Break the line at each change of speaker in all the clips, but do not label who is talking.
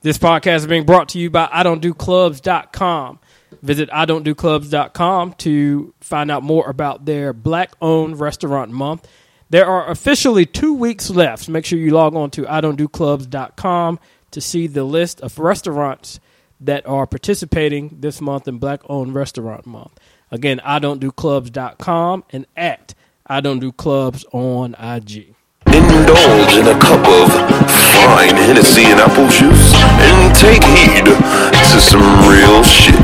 This podcast is being brought to you by I Don't Do Clubs.com. Visit I Don't Do Clubs.com to find out more about their black owned restaurant month. There are officially two weeks left. So make sure you log on to I Don't Do Clubs.com to see the list of restaurants that are participating this month in Black Owned Restaurant Month. Again, I Don't Do Clubs.com and at I Don't Do Clubs on IG.
Indulge in a cup of fine Hennessy and apple juice and take heed to some real shit.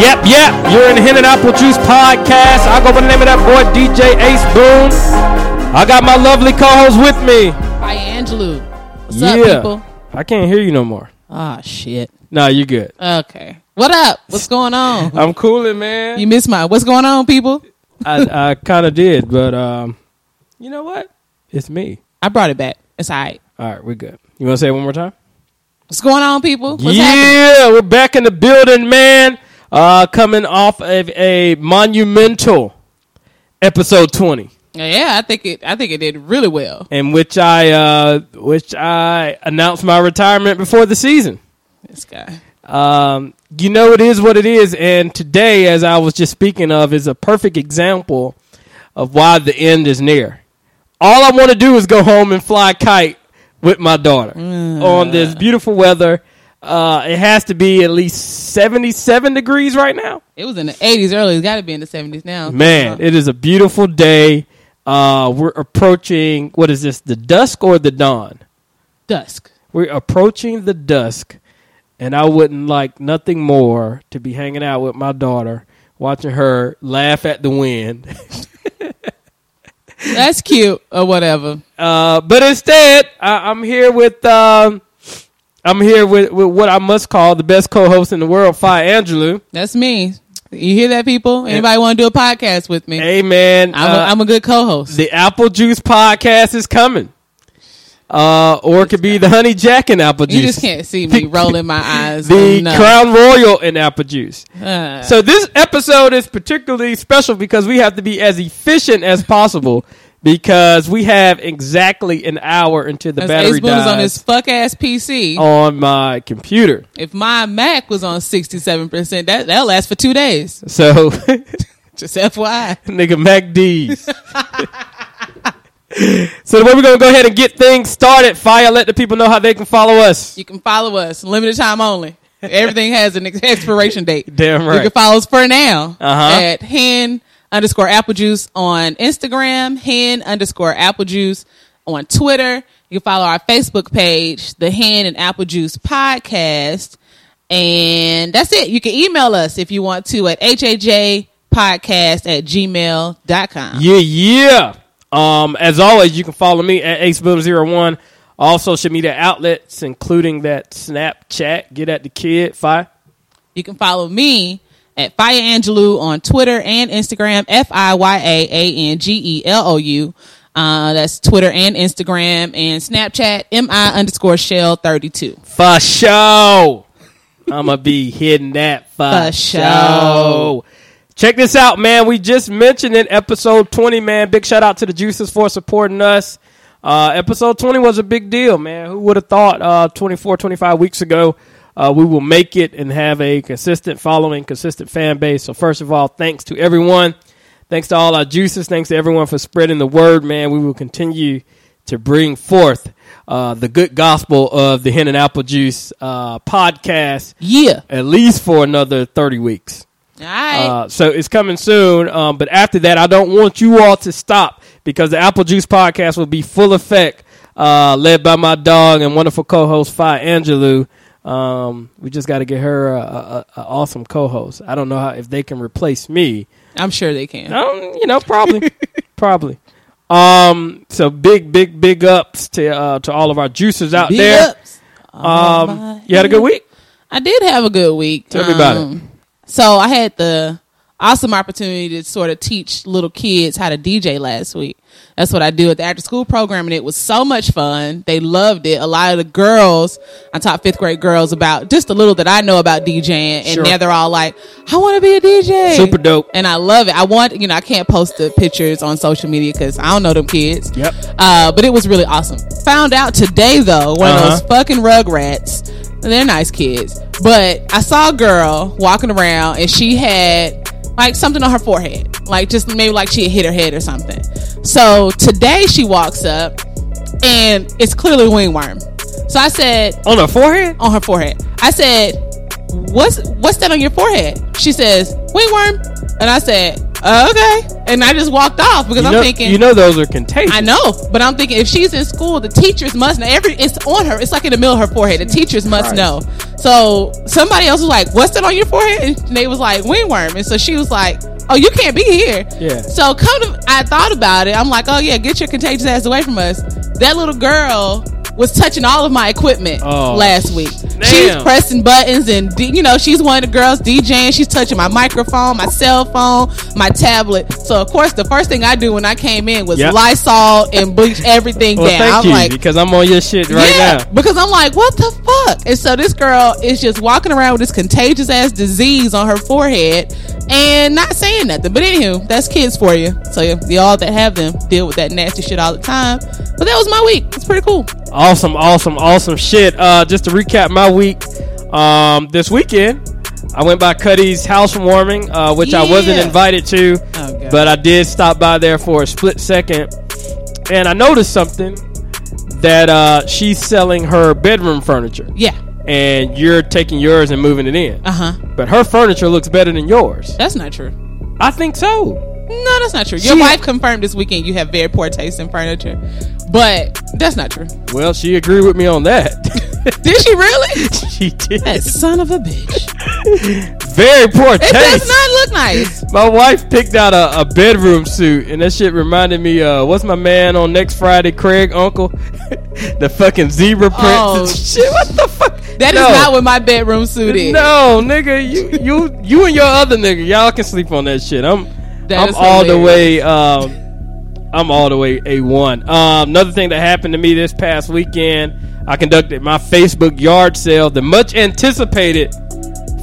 Yep, yep. You're in the Hen and Apple Juice podcast. I go by the name of that boy DJ Ace Boone. I got my lovely co-host with me.
Hi, Angelou. What's up, people?
I can't hear you no more.
Ah, shit.
Nah, you good.
Okay. What up? What's going on?
I'm cooling, man.
You missed my. What's going on, people?
I, I kind of did, but um, you know what? It's me.
I brought it back. It's all right.
All right, we're good. You want to say it one more time?
What's going on, people? What's
yeah,
happening?
we're back in the building, man. Uh, coming off of a monumental episode 20.
Yeah, I think it. I think it did really well.
in which I uh, which I announced my retirement before the season.
This guy.
Um, you know it is what it is, and today, as I was just speaking of, is a perfect example of why the end is near. All I want to do is go home and fly a kite with my daughter on this beautiful weather. Uh, it has to be at least seventy-seven degrees right now.
It was in the eighties early. It's got to be in the seventies now. Uh,
Man, it is a beautiful day. Uh, we're approaching what is this? The dusk or the dawn?
dusk.
We're approaching the dusk, and I wouldn't like nothing more to be hanging out with my daughter, watching her laugh at the wind.
That's cute or whatever.
Uh, but instead, I, I'm here with um, I'm here with, with what I must call the best co-host in the world, Fi Angelou.
That's me. You hear that, people? Anybody want to do a podcast with me?
Hey man,
I'm,
uh,
a, I'm a good co-host.
the Apple Juice podcast is coming. Uh, or it could be the Honey Jack and Apple Juice.
you just can't see me rolling my eyes.
the
No.
Crown Royal and Apple Juice.
Uh,
So this episode is particularly special because we have to be as efficient as possible because we have exactly an hour until the
that's Ace
battery
Boone is
dies
on his fuck ass PC.
on my computer.
If my Mac was on sixty seven percent, that that'll last for two days.
So
Just FYI.
nigga Mac D's. so then we're gonna go ahead and get things started. Fire, let the people know how they can follow us.
You can follow us. Limited time only. Everything has an ex- expiration date.
Damn right.
You can follow us for now
Uh-huh.
at hen underscore apple juice on Instagram, hen underscore apple juice on Twitter. You can follow our Facebook page, the hen and apple juice podcast. And that's it. You can email us if you want to at hajpodcast at gmail.com.
Yeah, yeah. Um, as always, you can follow me at acebuilder01. All social media outlets, including that Snapchat, get at the kid, fire.
You can follow me at Fire Angelou on Twitter and Instagram, F I Y A A N G E L O U. Uh, that's Twitter and Instagram and Snapchat, M I underscore shell 32.
For show. I'ma be hitting that for,
For
show.
show.
Check this out, man. We just mentioned in episode 20, man. Big shout out to the Juices for supporting us. Uh, episode 20 was a big deal, man. Who would have thought uh, 24, 25 weeks ago uh, we will make it and have a consistent following, consistent fan base. So, first of all, thanks to everyone. Thanks to all our juices. Thanks to everyone for spreading the word, man. We will continue to bring forth uh, the good gospel of the Hen and Apple Juice uh, podcast
Yeah.
at least for another 30 weeks.
All right.
Uh, so it's coming soon. Um, but after that, I don't want you all to stop because the Apple Juice podcast will be full effect, uh, led by my dog and wonderful co host, Fi Angelou. Um, we just got to get her an awesome co host. I don't know how, if they can replace me.
I'm sure they can.
Um, you know, probably, probably. Um, so big, big, big ups to uh, to all of our juicers out
Big
there.
ups.
Um, you had a good week.
I did have a good week.
Tell me about it.
So I had the awesome opportunity to sort of teach little kids how to DJ last week. That's what I do at the after school program, and it was so much fun. They loved it. A lot of the girls, I taught fifth grade girls about just a little that I know about DJing, and
Sure.
now they're all like, "I want to be a DJ."
Super dope.
and I love it. I want, you know, I can't post the pictures on social media because I don't know them kids.
Yep.
Uh, but it was really awesome. Found out today though, one
Uh-huh.
of those fucking rugrats. They're nice kids, but I saw a girl walking around and she had like something on her forehead, like just maybe like she had hit her head or something. So today she walks up and it's clearly a wingworm. So I said,
On her forehead?
on her forehead. I said, "What's what's that on your forehead?" She says, "Wingworm," and I said, "Uh, "Okay," and I just walked off because
you
I'm
know,
thinking.
you know those are contagious.
I know, but I'm thinking if she's in school, the teachers must know. Every it's on her. It's like in the middle of her forehead. The teachers must know. So somebody else was like, "What's that on your forehead?" And they was like, "Wingworm." And so she was like, "Oh, you can't be here."
Yeah.
So come to, I thought about it. I'm like, "Oh yeah, get your contagious ass away from us." That little girl was touching all of my equipment
Oh.
last week. She's
Damn.
pressing buttons and d- you know she's one of the girls DJing. She's touching my microphone, my cell phone, my tablet. So of course the first thing I do when I came in was
Yep.
Lysol and bleach everything
Well,
down.
thank
I'm
you
like,
because I'm on your shit right
yeah,
now.
because I'm like, what the fuck? And so this girl is just walking around with this contagious ass disease on her forehead and not saying nothing. But anywho, that's kids for you. So yeah, y'all that have them deal with that nasty shit all the time. But that was my week. It's pretty cool.
Awesome, awesome, awesome shit. Uh, just to recap my week, um, this weekend I went by Cuddy's housewarming, uh, which I wasn't
Yeah.
invited to,
Oh, God.
but I did stop by there for a split second, and I noticed something that uh, she's selling her bedroom furniture,
Yeah.
and you're taking yours and moving it in.
Uh huh.
But her furniture looks better than yours.
That's not true.
I think so.
No, that's not true. Your
She-
wife confirmed this weekend you have very poor taste in furniture, but that's not true.
Well, she agreed with me on that.
Did she really?
she did.
That son of a bitch.
Very poor
It
taste.
does not look nice.
My wife picked out a, a bedroom suit, and that shit reminded me. Uh, what's my man on next Friday, Craig Uncle? the fucking zebra print.
Oh,
shit, what the fuck?
That is
No.
not what my bedroom suit is.
No, nigga, you you you and your other nigga, y'all can sleep on that shit. I'm
That
I'm
is
all the
hilarious.
way. Um, I'm all the way a one. Um, another thing that happened to me this past weekend, I conducted my Facebook yard sale, the much anticipated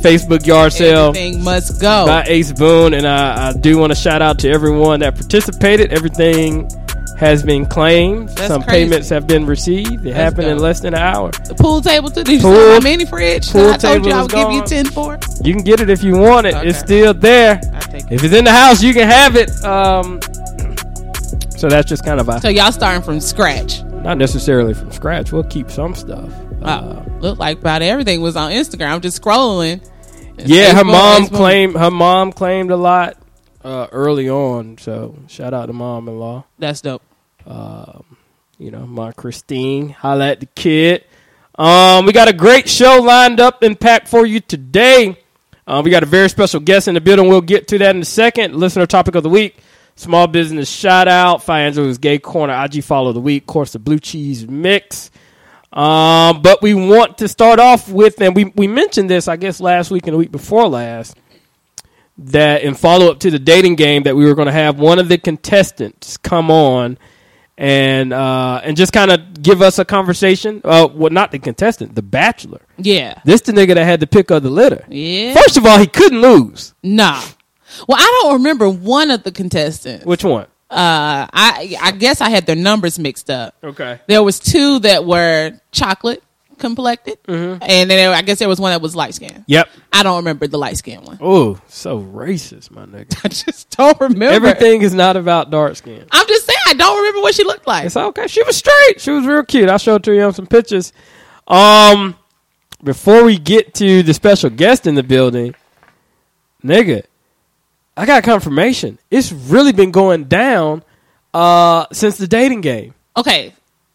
Facebook yard sale
Everything must go.
by Ace Boone, and I, I do want to shout out to everyone that participated. Everything has been claimed.
That's
Some
crazy.
payments have been received. It happened in
dope.
less than an hour.
The pool table too. Did you
Pool-
see my mini fridge?
pool
I told
table
you I
is
would give you
gone.
ten for.
You can get it if you want it. It's
Okay.
still there.
I take it.
If it's in the house, you can have it. Um, so that's just kind of a,
So y'all starting from scratch.
not necessarily from scratch. We'll keep some stuff.
Wow. Looked Uh, like about everything was on Instagram. I'm just scrolling. It's
Yeah, her
Facebook,
mom
Facebook.
claimed her mom claimed a lot uh, early on. So shout out to mom in law.
That's dope.
you know, my Christine, holla at the kid. Um, we got a great show lined up and packed for you today. Uh, we got a very special guest in the building. We'll get to that in a second. Listener topic of the week, small business shout out, Fianzo's Gay Corner, IG Follow of the Week, of course, the Blue Cheese Mix. Um, but we want to start off with, and we, we mentioned this, I guess, last week and the week before last, that in follow up to the dating game that we were going to have one of the contestants come on and uh, and just kind of give us a conversation. Uh, well, not the contestant, the bachelor.
Yeah.
This the nigga that had to pick up the litter.
Yeah.
First of all, he couldn't lose.
Nah. Well, I don't remember one of the contestants.
Which one?
uh, I I guess I had their numbers mixed up.
Okay.
There was two that were chocolate complected, and
Mm-hmm.
then there, I guess there was one that was light skinned.
Yep.
I don't remember the light skinned one.
Oh, so racist, my nigga.
I just don't remember
Everything is not about dark skin.
I'm just saying I don't remember what she looked like.
It's okay. She was straight. She was real cute. I showed to you some pictures. Um, before we get to the special guest in the building, nigga, I got confirmation. It's really been going down uh since the dating game.
Okay,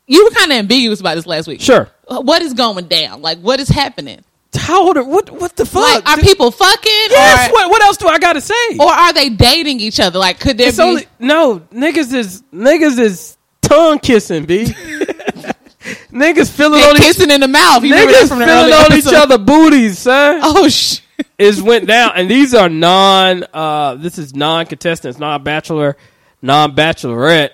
you were kind of ambiguous about this last week. Uh,
Sure.
What is going down? Like what is happening?
How old? Are, what? What the fuck?
like are
Did-
people fucking?
Yes.
Or,
what? What else do I gotta say?
or are they dating each other? Like could there
it's
be?
only no niggas is niggas is tongue kissing, b. niggas feeling
They're
on each
kissing in the mouth. You remember that
niggas
from the
feeling
early
on each
episode?
other booties, sir.
Oh shit.
is went down, and these are non. Uh, this is non contestants, non bachelor, non bachelorette.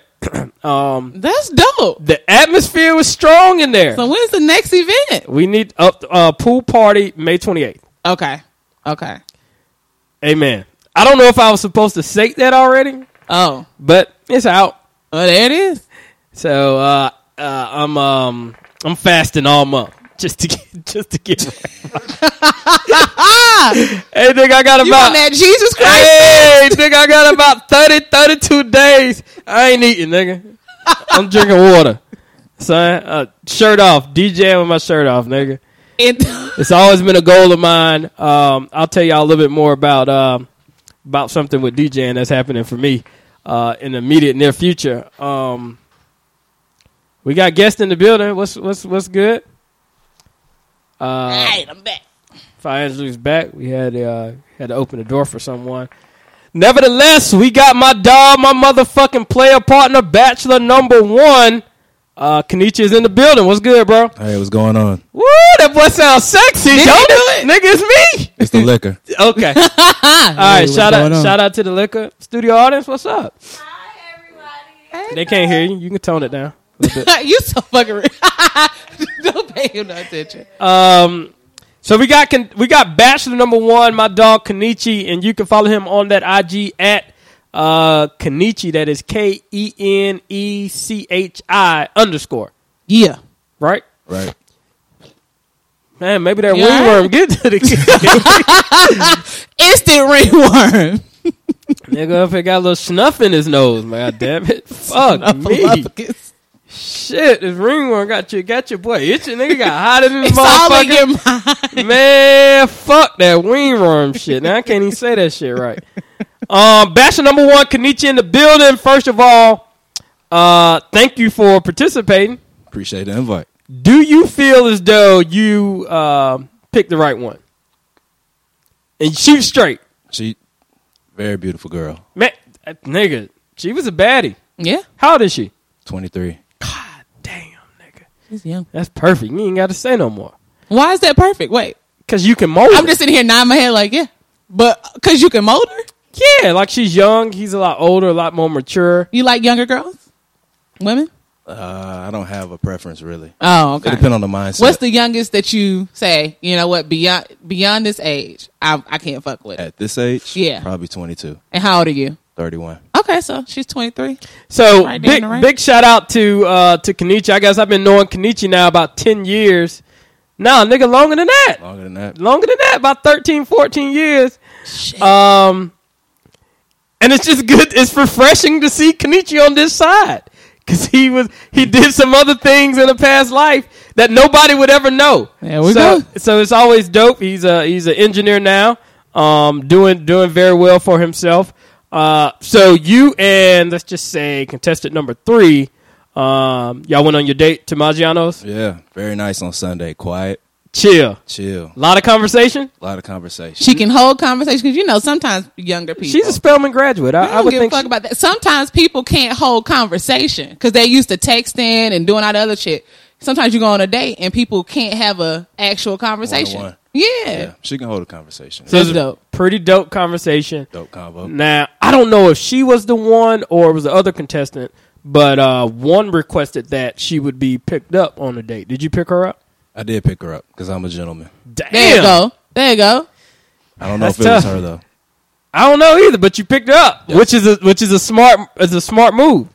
That's dope.
The atmosphere was strong in there.
So when's the next event?
we need up uh, pool party May twenty eighth.
Okay. Okay.
Amen. I don't know if I was supposed to say that already,
Oh.
but it's out.
Oh, there it is.
So uh, uh, I'm um, I'm fasting all month just to get just to get. hey, think I got
You on
about
that Jesus Christ?
hey, think I got about 30, 32 days. I ain't eating, nigga. I'm drinking water. Son, uh, shirt off, DJing with my shirt off, nigga.
And-
It's always been a goal of mine. Um, I'll tell y'all a little bit more about um, about something with DJing that's happening for me uh, in the immediate near future. Um, we got guests in the building. What's what's what's good? Uh,
All right, I'm back.
Fire Angelou's back. We had uh, had to open the door for someone. Nevertheless, we got my dog, my motherfucking player partner, bachelor number one. Uh, Kenichi is in the building. What's good, bro?
Hey, what's going on?
Woo, that boy sounds sexy.
he
don't
do
it? Nigga, it's me.
It's the liquor.
Okay. All right.
what's
shout out,
going on?
shout out to the liquor studio audience. What's up? They can't hear you. You can tone it down.
you so fucking rich. Don't pay him no attention.
So we got Ken- we got Bachelor number one, my dog Kenichi, and you can follow him on that IG at uh Kenichi. That is K E N E C H I underscore.
Yeah.
Right,
Right.
man. Maybe that
You all
ringworm get to the kid.
Instant ringworm.
nigga. If it got a little snuff in his nose, man. Damn it, fuck me.
Motherfuckers.
Shit, this ringworm got you, got your boy itching. Nigga got hotter than this
It's all in
motherfucker.
your mind.
Man, fuck that worm shit. Now I can't even say that shit right. Um, Basher number one, Kenichi in the building. First of all, uh, thank you for participating.
Appreciate the invite.
Do you feel as though you uh, picked the right one? And shoot straight,
She, very beautiful girl.
man. that Nigga, she was a baddie.
Yeah.
How old is she?
Twenty three.
God damn, nigga,
He's young.
that's perfect. You ain't got to say no more
Why is that perfect? Wait.
because you can mold.
I'm
her.
just sitting here nodding my head like, yeah. But because you can mold her?
yeah, like she's young. He's a lot older, a lot more mature.
You like younger girls? Women?
Uh, I don't have a preference really.
Oh,
It
okay.
depends on the mindset.
What's the youngest that you say, you know what, beyond beyond this age, I I can't fuck with it.
at this age?
Yeah.
Probably 22,
And how old are you?
31.
Okay, so she's 23.
So
Right down
big,
the road.
big shout out to uh, to Kenichi. I guess I've been knowing Kenichi now about ten years. Nah, nigga, longer than that.
Longer than that.
Longer than that, about 13, 14 years.
Shit.
Um, and it's just good. It's refreshing to see Kenichi on this side because he was he did some other things in a past life that nobody would ever know.
There we
so,
go.
So it's always dope. He's a he's an engineer now. Um, doing doing very well for himself. Uh, so you and let's just say contestant number three. Um, y'all went on your date to Maggiano's.
Yeah. Very nice on Sunday. Quiet,
Chill.
chill,
A lot of conversation.
a lot of conversation.
She can hold conversations because you know sometimes younger people.
She's a Spelman graduate. I,
I
I
don't
would
give a
think
fuck
she-
about that. Sometimes people can't hold conversation because they used to texting and doing all the other shit. Sometimes you go on a date and people can't have a actual conversation.
One-on-one.
Yeah.
yeah. She can hold a conversation.
So it's
That's
a
dope.
pretty dope conversation.
Dope combo.
Now, I don't know if she was the one or it was the other contestant, but uh, one requested that she would be picked up on a date. Did you pick her up?
I did pick her up because I'm a gentleman.
Damn.
There you go. There you go.
I don't know
That's
if it was
tough.
her though.
I don't know either, but you picked her up, which is a which is a smart is a smart move.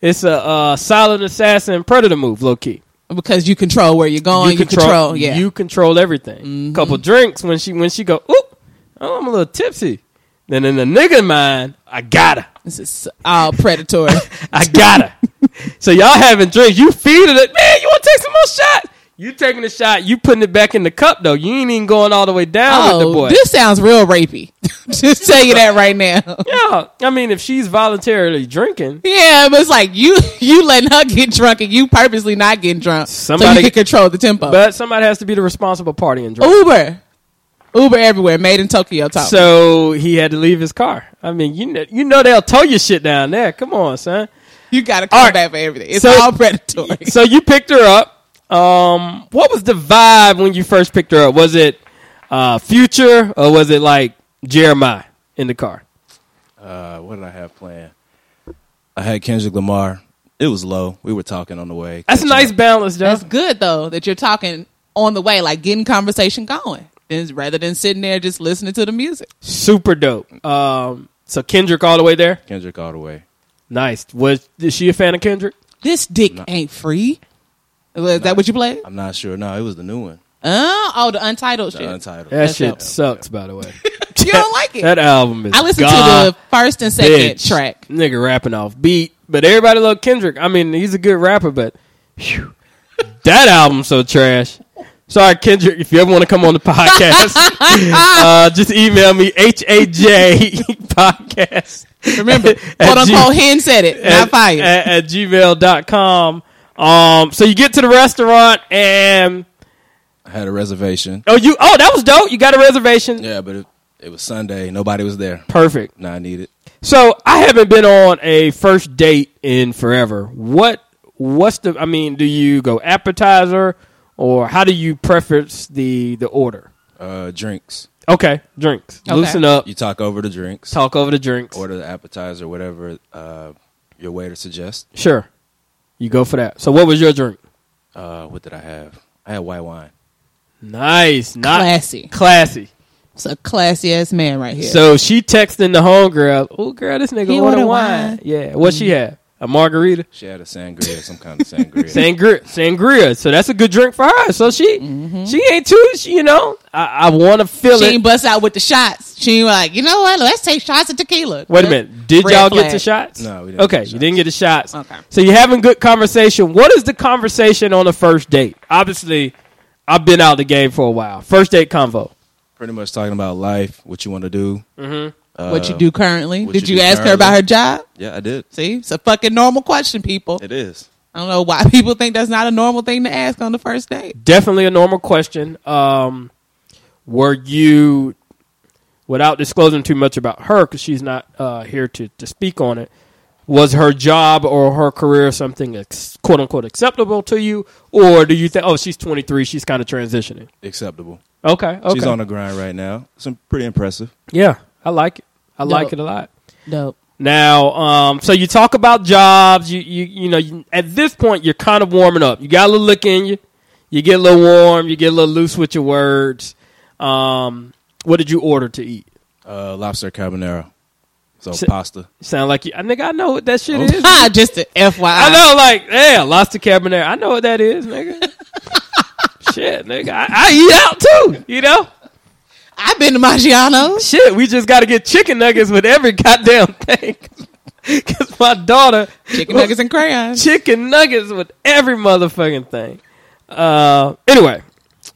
It's a uh, silent assassin predator move, low key.
Because you control where you're going. You, control, Yeah. Mm-hmm.
You control everything. Couple drinks when she when she go, oop, oh, I'm a little tipsy. Then in the nigga mind, I got her.
this is all predatory.
I gotta. so y'all having drinks. You feeding it. Man, you want to take some more shot? You taking the shot. You putting it back in the cup, though. You ain't even going all the way down with the
oh,
boy.
this sounds real rapey. Just tell you that right now.
yeah, I mean, if she's voluntarily drinking,
Yeah, but it's like you you letting her get drunk and you purposely not getting drunk. so
Somebody-
you can control the tempo.
but somebody has to be the responsible party and drink.
Uber. Uber everywhere, made in Tokyo talk.
So he had to leave his car. I mean, you know, you know they'll tow your shit down there. Come on, son.
you gotta come
All right.
back for everything. It's
So-
all predatory.
So you picked her up. Um, what was the vibe when you first picked her up? Was it uh, Future or was it like Jeremiah in the car?
Uh, what did I have planned? I had Kendrick Lamar. It was low. We were talking on the way.
That's a
catching
nice
up.
balance, Joe.
That's good though that you're talking on the way, like getting conversation going, is- rather than sitting there just listening to the music.
Super dope. Um, so Kendrick all the way there.
Kendrick all the way.
Nice. Was is she a fan of Kendrick?
This dick ain't free. Was that what you played?
I'm not sure. No, it was the new one.
Oh, oh, the untitled
The
shit.
Untitled.
That
That's
shit
dope.
sucks. By the way,
you don't like it.
that album is.
I listened
God
to the first and second
bitch.
track.
Nigga rapping off beat, but everybody love Kendrick. I mean, he's a good rapper, but phew, that album's so trash. Sorry, Kendrick, if you ever want to come on the podcast, uh, just email me h a j podcast.
Remember,
At
quote unquote,
G-
Hen said it,
at,
not fired.
At, at gmail.com. Um, so you get to the restaurant and
I had a reservation.
oh you oh that was dope. You got a reservation.
Yeah, but it, it was Sunday. Nobody was there.
Perfect.
Now I need it.
So I haven't been on a first date in forever. What what's the I mean, do you go appetizer or how do you preference the the order?
Uh, drinks.
Okay, drinks.
Okay.
Loosen up.
You talk over the drinks.
Talk over the drinks.
Order the appetizer, whatever uh, your waiter suggests.
Sure. You go for that. So what was your drink?
Uh, what did I have? I had white wine.
Nice. Not
classy.
classy.
It's a classy ass man right here.
So she texting the homegirl, Oh girl, this nigga
He
ordered
ordered
wine.
wine. Mm-hmm.
Yeah. What she had? A margarita.
She had a sangria, some kind of sangria.
Sangria, sangria. So that's a good drink for her. So she, she ain't too. She, you know, I, I want to feel
Mm-hmm. she
it.
ain't bust out with the shots. She ain't like, you know what? Let's take shots of tequila.
Wait a minute. Did
Red
y'all get
flag.
to shots?
No, we didn't
Okay,
get the
you didn't get the shots.
Okay.
So you're having good conversation. What is the conversation on the first date? Obviously, I've been out of the game for a while. First date convo.
Pretty much talking about life, what you want to do.
what you do currently?
what
Did
you
you,
do
ask her about
currently.
her job?
Yeah, I did.
See, it's a fucking normal question, people.
It is.
I don't know why people think that's not a normal thing to ask on the first date.
Definitely a normal question. Um, were you, without disclosing too much about her, because she's not uh, here to, to speak on it, was her job or her career something ex- quote unquote acceptable to you? Or do you think, oh, she's 23, she's kind of transitioning?
Acceptable.
Okay, okay.
She's on the grind right now. Some pretty impressive.
Yeah, I like it. I
No.
like it a lot.
Dope.
Now, um, so you talk about jobs. You you you know you, at this point you're kind of warming up. You got a little lick in you. You get a little warm. You get a little loose with your words. Um, what did you order to eat?
Uh, lobster carbonara. So
Shit.
pasta.
Sound like you? I think I know what that shit
Oh.
is.
Ah, just an FYI.
I know, like yeah, lobster carbonara. I know what that is, nigga. shit, nigga, I, I eat out too. You know,
I've been to Maggiano's.
shit, we just got to get chicken nuggets with every goddamn thing. Because my daughter
Chicken nuggets and crayons.
chicken nuggets with every motherfucking thing. Uh, anyway,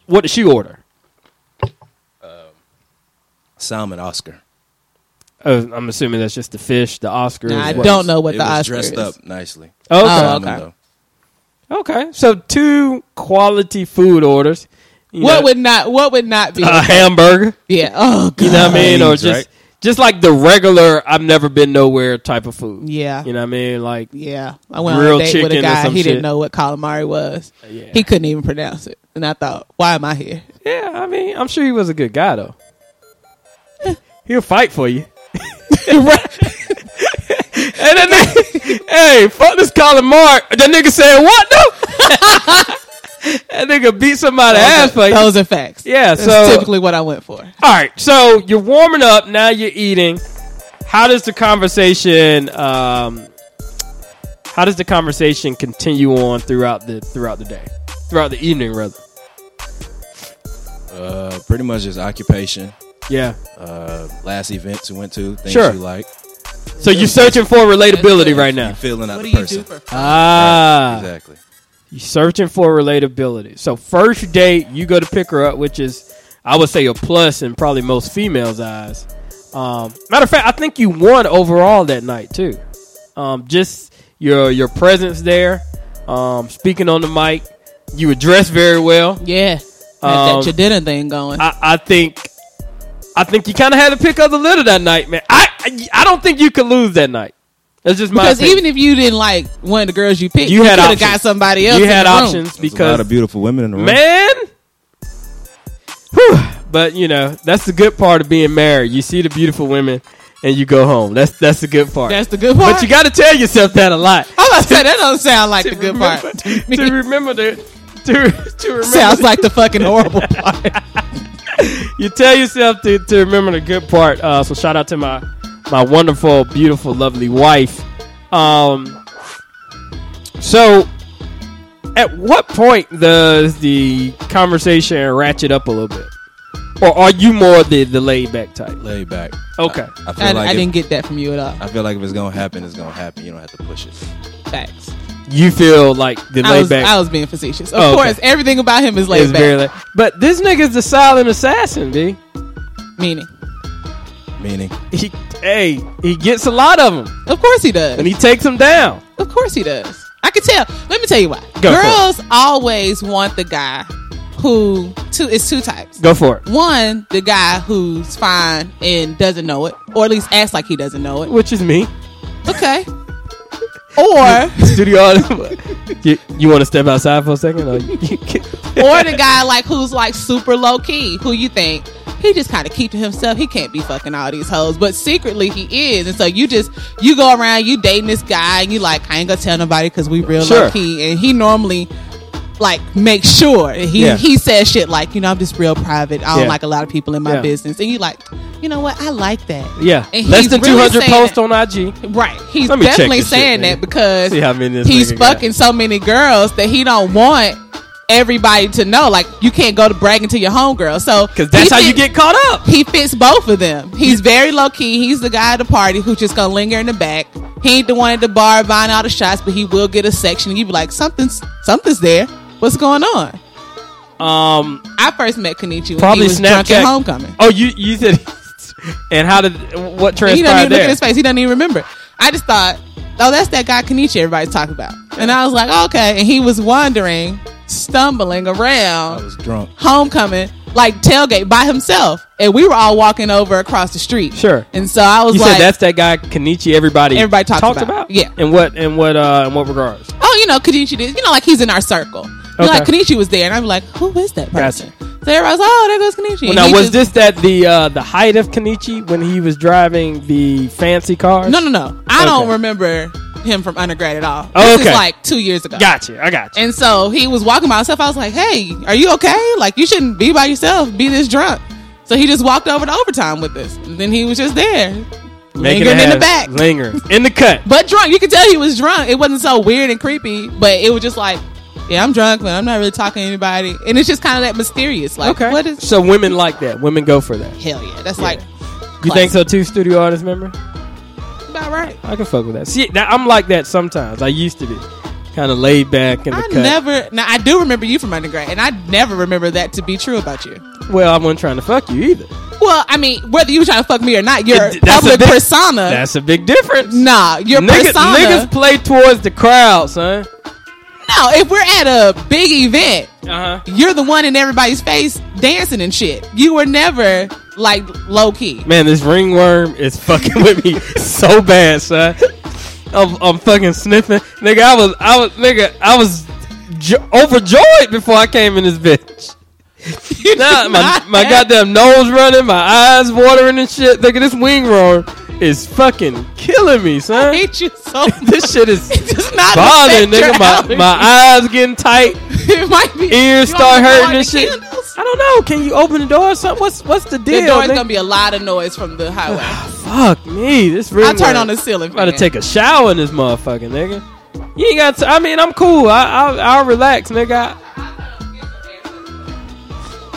what did she order?
Salmon Oscar.
Uh, I'm assuming that's just the fish, the Oscar.
Nah,
is
I
what-
don't know what
it
the
was
Oscar
dressed
is.
up nicely.
Okay,
Oh.
Salmon,
okay.
though.
okay. So two quality food orders. You
What
know,
would not? What would not be?
a hamburger?
yeah. Oh
You
god.
know what I mean? Or
Wings,
just
right?
just like the regular I've never been nowhere type of food.
Yeah.
You know what I mean? Like
Yeah, I went on
Grilled
a date with
chicken or
a guy.
some
He
shit. Uh,
didn't know what calamari was.
Yeah.
He couldn't even pronounce it, and I thought, why am I here?
Yeah, I mean, I'm sure he was a good guy though. He'll fight for you. and then, hey, fuck this Colin Mark. That nigga said what though? that nigga beat somebody ass for you.
Those are facts.
Yeah,
That's
so-
typically what I went for.
All right, so you're warming up. Now you're eating. How does the conversation? Um, how does the conversation continue on throughout the throughout the day, throughout the evening rather?
Uh, pretty much just occupation.
Yeah.
Uh, last events we went to, things
Sure.
you like.
So you're searching for relatability right now.
You feeling out the person. Uh,
Ah,
Exactly.
you searching for relatability. So first date, you go to pick her up, which is, I would say, a plus in probably most females' eyes. Um, matter of fact, I think you won overall that night too. Um, just your your presence there, um, speaking on the mic, you address very well.
Yeah,
Um,
that your dinner thing going.
I, I think, I think you kind of had to pick up the litter that night, man. I I, I don't think you could lose that night. That's just my
because
opinion.
even if you didn't like one of the girls you picked,
You
you,
had
could have
options.
got somebody else.
you
in
had
the room.
options
Mm.
There's a lot
because
of beautiful women in the room.
man. Whew. But you know, that's the good part of being married. You see the beautiful women, and you go home. That's that's the good part.
That's the good part.
but you got to tell yourself that a lot
I'm about to say that don't sound like the good part.
to remember the to to remember.
Sounds like the fucking horrible part.
you tell yourself to, to remember the good part. Uh, so shout out to my my wonderful, beautiful, lovely wife. Um, so at what point does the conversation ratchet up a little bit, or are you more the the laid back type?
Lay back.
Okay.
I feel
I,
like
I
if,
didn't get that from you at all.
I feel like if it's gonna happen, it's gonna happen. You don't have to push it.
Facts.
You feel like the
I
laid
was,
back.
I was being facetious. Of
Oh, okay.
course, everything about him is laid
is
back.
very laid- but this nigga's the silent assassin, b.
meaning,
Meaning,
He, hey, he gets a lot of them,
of course he does.
and he takes them down.
Of course he does. I can tell. Let me tell you why.
Go for it.
Girls always want the guy who two is two types.
Go for it.
One, the guy who's fine and doesn't know it, or at least acts like he doesn't know it.
Which is me.
Okay. Or
studio audience. you, you want to step outside for a second? Or you can-
or the guy like who's like super low key, who you think he just kind of keep to himself. He can't be fucking all these hoes, but secretly he is. And so you just you go around, you dating this guy, and you like I ain't gonna tell nobody because we real
Sure.
low key. And he normally like make sure he
Yeah.
he says shit like you know I'm just real private. I don't
Yeah.
like a lot of people in my
Yeah.
business. And you like you know what I like that.
yeah,
And
less
he's
than
really
200
saying
posts
that.
on IG.
Right. He's
Let me check
definitely
this shit,
saying
nigga.
that because
See how many this
he's
nigga got.
fucking so many girls that he don't want everybody to know. Like you can't go to bragging to your homegirl. So
Because that's
he
how you
fit-
get caught up.
He fits both of them. He's very low key. He's the guy at the party who's just gonna linger in the back. He ain't the one at the bar buying all the shots, but he will get a section. You be like, something's something's there. What's going on?
Um,
I first met Kanichi when
probably
he was drunk
Snapchat
at homecoming.
Oh, you you said. And how did what transpired
He doesn't even
there?
look at his face. He doesn't even remember. I just thought, oh, that's that guy Kanichi everybody's talking about. And I was like, oh, okay. And he was wandering, stumbling
I
around
was drunk.
homecoming, like tailgate by himself. And we were all walking over across the street.
Sure.
And so I was
You
like,
said that's that guy Kenichi. Everybody
Everybody talks
talked
about.
about.
Yeah.
And what and what uh in what regards?
oh, you know, Kanichi did, you know, like he's in our circle. You know,
Okay.
like Kanichi was there. And I'm like, who is that
Gotcha.
person? So everybody's like, oh, there goes Kanichi.
Well,
And
now
he
was
just-
this that the uh the height of Kenichi when he was driving the fancy car?
No, no, no. I don't
Okay.
remember him from undergrad at all.
Oh,
This
okay.
is like two years ago.
Gotcha. I got you.
And so he was walking by himself. I was like, "Hey, are you okay? Like, you shouldn't be by yourself. Be this drunk." So he just walked over to overtime with us. And then he was just there,
Making
lingering in
it
the back,
happen. Lingering in the cut.
but drunk. You could tell he was drunk. It wasn't so weird and creepy, but it was just like, "Yeah, I'm drunk, but I'm not really talking to anybody." And it's just kind of that mysterious. Like,
Okay.
what is?
so women like that. Women go for that.
Hell yeah, that's like
You think so too, studio artist member?
about right.
I can fuck with that. See, now I'm like that sometimes. I used to be kind of laid back in the
I
cut.
never. Now I do remember you from undergrad, and I never remember that to be true about you.
well, I wasn't trying to fuck you either.
Well, I mean, whether you were trying to fuck me or not, your
It- that's a
public
big-
persona.
That's a big difference.
Nah, your
Niggas,
persona.
niggas play towards the crowd, son.
No, if we're at a big event,
Uh huh.
you're the one in everybody's face dancing and shit. You were never like low key.
Man, this ringworm is fucking with me so bad, son. I'm, I'm fucking sniffing, nigga. I was, I was, nigga, I was jo- overjoyed before I came in this bitch.
You
Nah,
did
my,
not
my
have-
goddamn nose running, my eyes watering and shit. Nigga, this wing roll is fucking killing me,
I
son.
hate you so. much.
This shit is
It does not
bothering,
affect your
nigga. My, my
allergies.
eyes getting tight,
it might be
ears
you
start
don't
hurting
want
and
the
shit.
candles.
I don't know. Can you open the door or something? What's what's the
The
deal?
door's
nigga?
gonna be a lot of noise from the highway.
Fuck me, this ring.
I'll turn
roll.
on the ceiling.
I'm about to
fan.
take a shower in this motherfucker, nigga. You ain't got. To, I mean, I'm cool. I, I'll, I'll relax, nigga.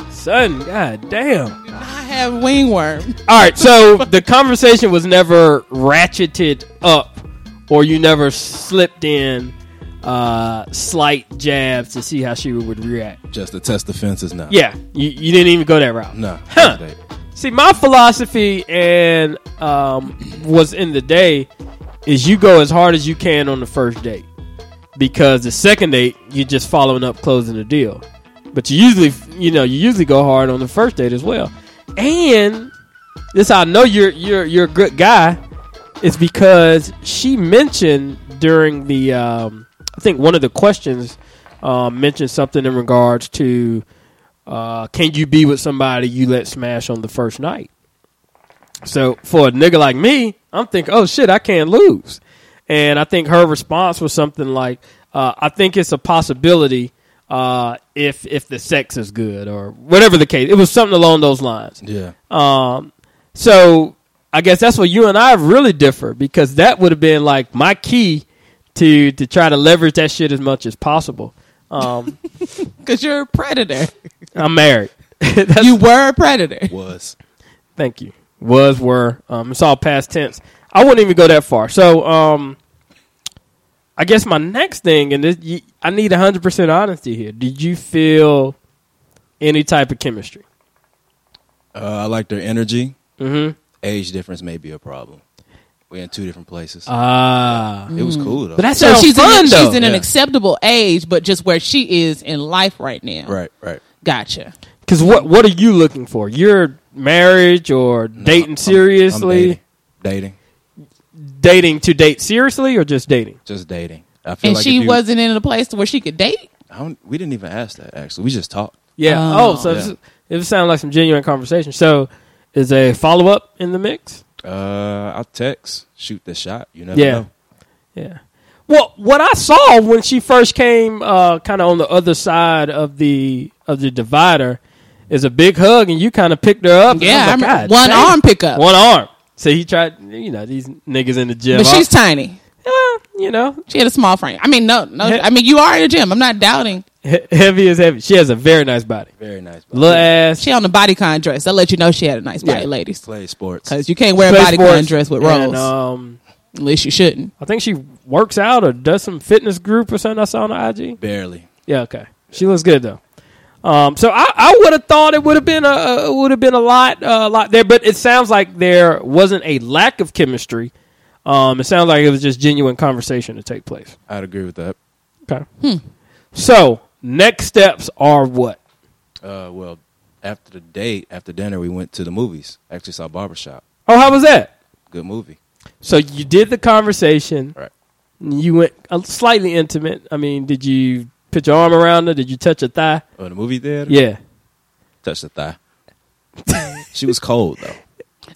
Son, god damn.
I have wingworm.
All right, so the conversation was never ratcheted up, or you never slipped in uh, slight jabs to see how she would react.
Just to test the fences now.
Yeah, you, you didn't even go that route.
No.
Huh. See, my philosophy and um, was in the day is you go as hard as you can on the first date because the second date you're just following up, closing the deal. But you usually, you know, you usually go hard on the first date as well. And this, how I know you're you're you're a good guy, is because she mentioned during the, um, I think one of the questions uh, mentioned something in regards to uh, can you be with somebody you let smash on the first night? So for a nigga like me, I'm thinking, oh shit, I can't lose. And I think her response was something like, uh, I think it's a possibility uh, if if the sex is good or whatever the case. It was something along those lines.
Yeah.
Uh. Um, So I guess that's where you and I really differ because that would have been like my key to to try to leverage that shit as much as possible. Um,
because you're a predator.
I'm married. That's-
You were a predator.
Was.
Thank you. Was were. Um, it's all past tense. I wouldn't even go that far. So, um, I guess my next thing, and this, you, I need hundred percent honesty here. Did you feel any type of chemistry?
Uh, I like their energy.
Mm-hmm.
Age difference may be a problem. We're in two different places.
Ah,
it was cool though.
but that
So
sounds
she's
fun
in,
though.
she's in an
Yeah.
acceptable age, but just where she is in life right now.
right, right.
Gotcha.
Because what what are you looking for? Your marriage or dating
I'm-
seriously?
I'm dating. dating,
dating to date seriously or just dating?
just dating. I feel
And
like
she
if you-
wasn't in a place where she could date.
I don't, we didn't even ask that actually. We just talked.
Yeah. Oh,
Oh.
so
Yeah.
it's- it sounds like some genuine conversation. So is a follow up in the mix?
Uh, I'll text, shoot the shot. You never
Yeah.
know.
Yeah. Well, what I saw when she first came, uh, kind of on the other side of the of the divider, is a big hug, and you kind of picked her up. and
Yeah,
I was like,
I remember-
"God
one
damn."
arm pickup.
one arm. So he tried, you know, these niggas in the gym.
But
I-
she's tiny.
Yeah, you know,
She had a small frame. I mean, no, no. I mean, you are in a gym. I'm not doubting.
he- heavy as heavy. She has a very nice body,
Very nice. bro.
little ass.
She on the bodycon dress. That let you know she had a nice body,
Yeah.
ladies.
Play sports.
Because you can't wear a
plays
bodycon
sports,
dress with rolls,
and, um,
unless you shouldn't.
I think she works out or does some fitness group or something. I saw on the IG.
Barely.
Yeah, okay. She looks good though. Um, so I, I would have thought it would have been a would have been a lot uh, a lot there, but it sounds like there wasn't a lack of chemistry. Um, it sounds like it was just genuine conversation to take place.
I'd agree with that.
Okay. So next steps are what?
Uh, well, after the date, after dinner, we went to the movies. Actually, saw Barbershop.
Oh, how was that?
Good movie.
So you did the conversation.
Right.
You went uh, slightly intimate. I mean, did you put your arm around her? Did you touch her thigh?
Oh, the movie theater.
Yeah.
Touched the thigh. she was cold though.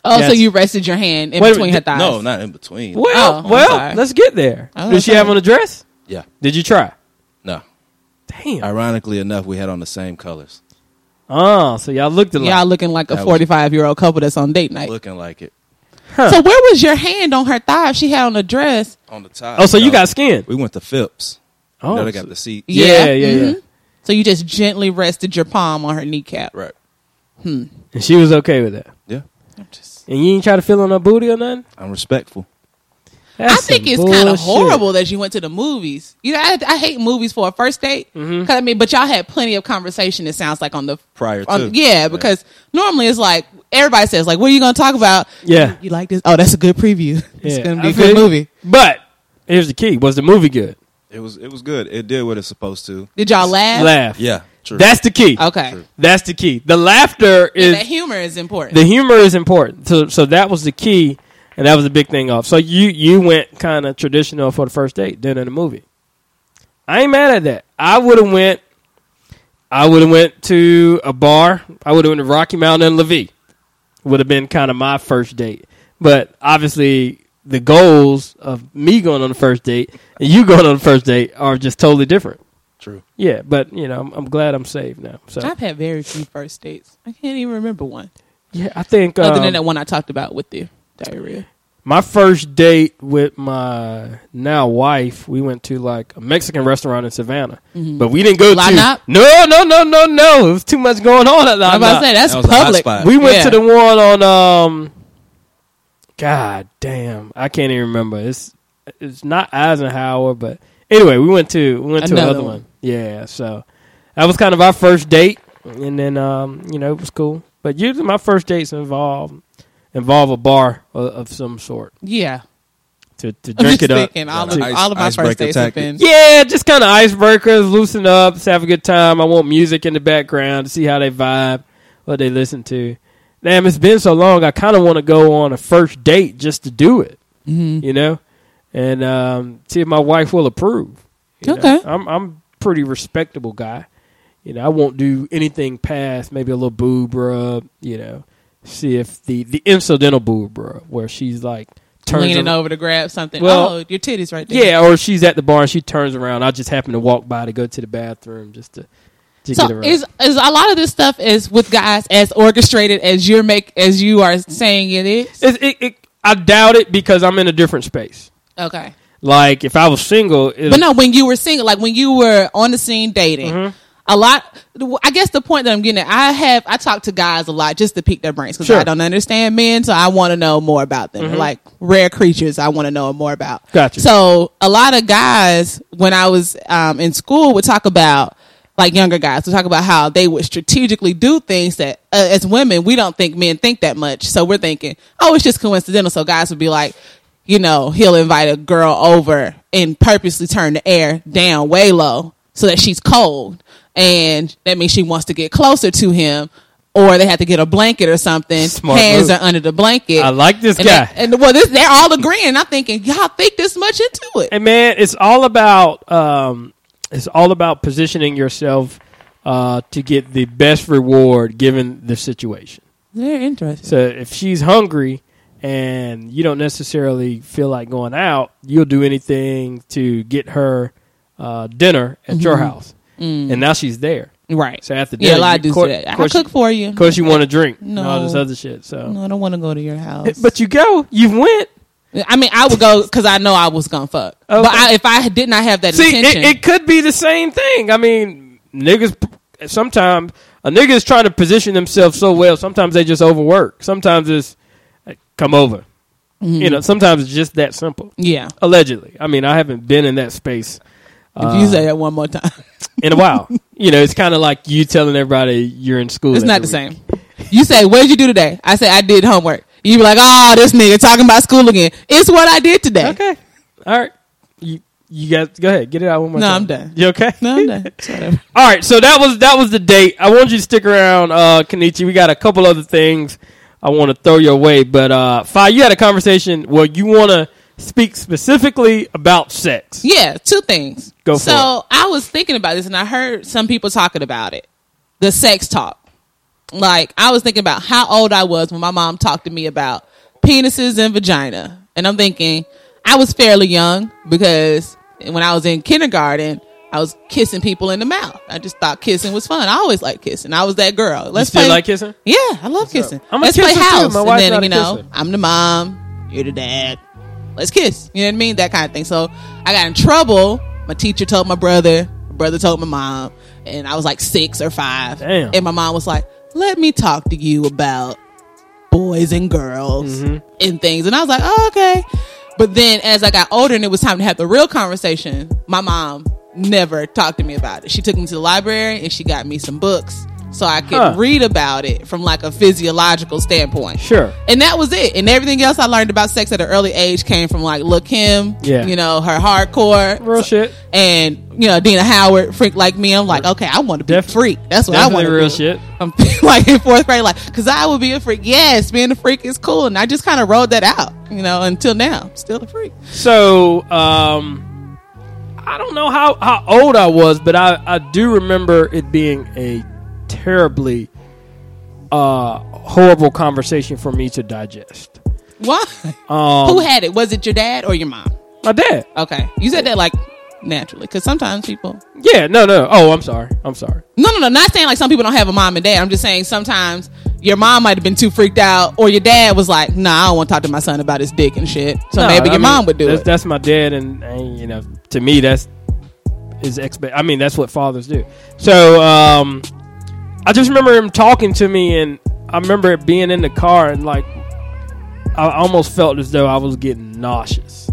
Oh, so
Yes.
you rested your hand in
Wait a
between her
minute,
thighs.
No, not in between.
Well,
Oh, I'm
well,
sorry.
let's get there.
Oh,
Did she
okay.
have on a dress?
Yeah.
Did you try?
No.
Damn.
Ironically enough, we had on the same colors,
Oh, so y'all looked alike.
Y'all looking like
That
a
was-
45 year old couple that's on date night.
looking like it
Huh.
So where was your hand on her thigh? If she had on a dress.
on the top.
oh, so you
know,
got skin.
We went to Phipps. Oh,
Oh,
you know, they
so-
got the seat.
Yeah.
Yeah, yeah, yeah.
Mhm. So you just gently rested your palm on her kneecap.
Right.
And she was okay with that.
Yeah.
I'm just-
And you ain't try to feel on her booty or nothing?
I'm respectful.
I
That's
think
some
it's kind of
bullshit.
horrible that you went to the movies. You know, I, I hate movies for a first date.
Mm-hmm.
'Cause, I mean, but y'all had plenty of conversation. It sounds like on the
Prior to.
on, Um, yeah, because normally it's like everybody says like, "What are you going to talk about?"
Yeah.
you like this? Oh, that's a good preview. it's
Yeah.
going to
I
be a
feel you.
good movie.
But here's the key. Was the movie good?
It was it was good. It did what it's supposed to.
Did y'all laugh?
Laugh.
Yeah. True.
That's the key.
Okay,
True.
That's the key. The laughter
Yeah,
is
that humor is important.
the humor is important. So so that was the key and that was the big thing off. So you you went kind of traditional for the first date, dinner and a movie. I ain't mad at that. I would have went I would have went to a bar. I would have went to Rocky Mountain and Levee. Would have been kind of my first date. But obviously the goals of me going on the first date and you going on the first date are just totally different.
true.
Yeah, but you know, I'm, I'm glad I'm saved now. So
I've had very few first dates. I can't even remember one
yeah, I think
other
um,
than that one I talked about with the diarrhea.
my first date with my now wife, we went to like a Mexican restaurant in Savannah,
Mm-hmm.
but we didn't go
La
to.
Nop?
No, no, no, no, no. It was too much going on at La
I'm about
Nop.
to say that's
That was a hot
public.
spot.
we went to
yeah.
the one on. um God damn, I can't even remember. It's it's not Eisenhower, but anyway, we went to we went to
Another
another
one.
one. Yeah, so that was kind of our first date, and then um you know it was cool. But usually my first dates involve involve a bar of, of some sort
Yeah,
to, to
I'm
drink
just
it up.
thinking all of,
Ice-
all of my first
icebreaker
dates have
tactic.
been.
Yeah, just kind of icebreakers, loosen up, just have a good time. I want music in the background to see how they vibe, what they listen to. Damn, it's been so long. I kind of want to go on a first date just to do it,
Mm-hmm.
you know, and um, see if my wife will approve. you know.
Okay.
I'm I'm a pretty respectable guy, You know, I won't do anything past maybe a little boob rub. You know, see if the the incidental boob rub where she's like turns
leaning
ar-
over to grab something.
Well-
oh, your titties right there.
Yeah, or if she's at the bar and she turns around. I just happen to walk by to go to the bathroom just to, to get
So
her.
is is a lot of this stuff is with guys as orchestrated as you're make as you are saying it is.
It's- it, it, I doubt it because I'm in a different space.
Okay.
Like if I was single, it,
But no, when you were single, like when you were on the scene dating,
Mm-hmm.
a lot. I guess the point that I'm getting at, I have I talk to guys a lot just to pick their brains because
Sure. Mm-hmm.
I don't understand men, so I want to know more about them. Like rare creatures, I want to know more about.
Gotcha.
So a lot of guys, when I was um, in school, would talk about. Like younger guys, would talk about how they would strategically do things that, uh, as women, we don't think men think that much. So we're thinking, oh, it's just coincidental. So guys would be like, you know, he'll invite a girl over and purposely turn the air down way low so that she's cold. And that means she wants to get closer to him. Or they have to get a blanket or something.
Smart
Hands
move.
are under the blanket.
I like this
and
guy.
they- and well, this, they're all agreeing. I'm thinking, y'all think this much into it.
Hey man, it's all about um, it's all about positioning yourself uh, to get the best reward given the situation.
They're interested.
So if she's hungry and you don't necessarily feel like going out, you'll do anything to get her uh, dinner
Mm-hmm.
at your house,
Mm.
and now she's there.
Right.
So after dinner,
yeah, a lot
you-
of dudes
cour-
do that. I
course you-
cook for you.
Of course, you want to drink
No.
and all this other shit. So,
No, I don't want to go to your house.
but you go, you went.
I mean, I would go because I know I was gonna fuck. But
Okay.
I, if I did not have that
See, it,
intention,
it could be the same thing. I mean, niggas p- sometimes a nigga is trying to position themselves so well. Sometimes they just overwork. Sometimes it's uh, come over.
Mm-hmm.
You know, sometimes it's just that simple.
yeah.
Allegedly, I mean, I haven't been in that space Uh,
if you say that one more time.
in a while. you know, it's kind of like you telling everybody you're in school.
It's not
every
the
week.
same. You say, "What did you do today?" I say, "I did homework." You be like, "Oh, this nigga talking about school again." It's what I did today.
Okay, all right. You you guys go ahead, get it out one more
No,
time.
I'm done.
You okay?
No, I'm done. It's whatever.
All right, so that was that was the date. I want you to stick around, uh, Kenichi. We got a couple other things I want to throw your way, but uh, Fi, you had a conversation where you want to speak specifically about sex.
Yeah, two things.
Go for
so
it.
I was thinking about this, and I heard some people talking about it, the sex talk. Like I was thinking about how old I was when my mom talked to me about penises and vagina, and I'm thinking I was fairly young because when I was in kindergarten. I was kissing people in the mouth. I just thought kissing was fun. I always liked kissing. I was that girl. Let's
still
play
like kissing?
Yeah, I love kissing.
I'm a
Let's play
kisser, too.
house.
My
and
wife's
then
not a
you know,
kisser.
I'm the mom. You're the dad let's kiss. You know what I mean? That kind of thing. So I got in trouble. My teacher told my brother. My brother told my mom. And I was like six or five.
Damn.
And my mom was like, let me talk to you about boys and girls
Mm-hmm.
and things. And I was like, oh, okay. But then as I got older and it was time to have the real conversation, my mom never talked to me about it. She took me to the library and she got me some books so I could
Huh.
read about it from like a physiological standpoint.
Sure.
And that was it. And everything else I learned about sex at an early age came from like Lil Kim,
Yeah.
you know, her hardcore.
Real shit.
And, you know, Dina Howard, freak like me. I'm like, okay, I want to be
Def-
a freak. That's what I
definitely
want to
real
do.
shit.
I'm like in fourth grade, like, because I would be a freak. Yes, being a freak is cool. And I just kind of rolled that out, you know, until now. I'm still a freak.
So, um, I don't know how, how old I was, but I, I do remember it being a terribly uh, horrible conversation for me to digest.
Why?
Um,
Who had it? Was it your dad or your mom?
my dad.
Okay. You said that like naturally, because sometimes people.
Yeah, no, no. Oh, I'm sorry. I'm sorry.
No, no, no. Not saying like some people don't have a mom and dad. I'm just saying sometimes your mom might have been too freaked out, or your dad was like, "Nah, I don't want to talk to my son about his dick and shit." So
No,
maybe
I
your
mean,
mom would do
that's,
it.
That's my dad, and, and, you know, to me, that's is expect. I mean, that's what fathers do. So, um, I just remember him talking to me, and I remember it being in the car, and like, I almost felt as though I was getting nauseous.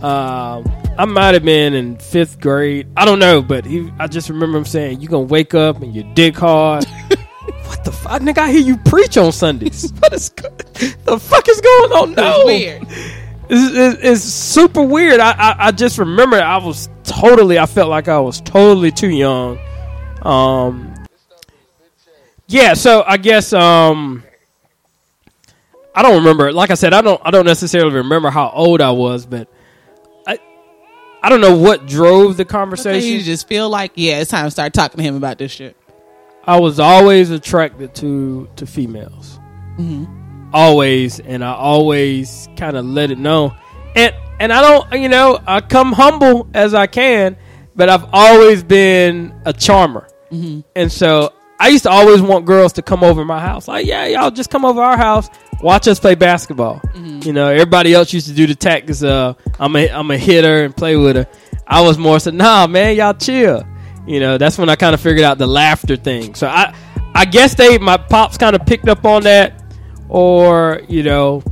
Um, I might have been in fifth grade. I don't know, but he, I just remember him saying, "You gonna wake up and your dick hard." what the fuck, nigga? I hear you preach on Sundays. what is go- the fuck is going on?
It
No,
was weird.
it's, it's, it's super weird. I, I, I just remember I was totally, I felt like I was totally too young. Um, yeah, so I guess um, I don't remember. Like I said, I don't, I don't necessarily remember how old I was, but I, I don't know what drove
So
the
you
conversation.
just feel like, yeah, it's time to start talking to him about this shit.
I was always attracted to to females, always, and I always kind of let it know, and and I don't, you know, I come humble as I can, but I've always been a charmer, and so I used to always want girls to come over my house, like yeah, y'all just come over our house, watch us play basketball. You know, everybody else used to do the tactics of I'm a I'm a hitter and play with her. I was more so nah, man, y'all chill you know that's when i kind of figured out the laughter thing so i i guess they my pops kind of picked up on that or you know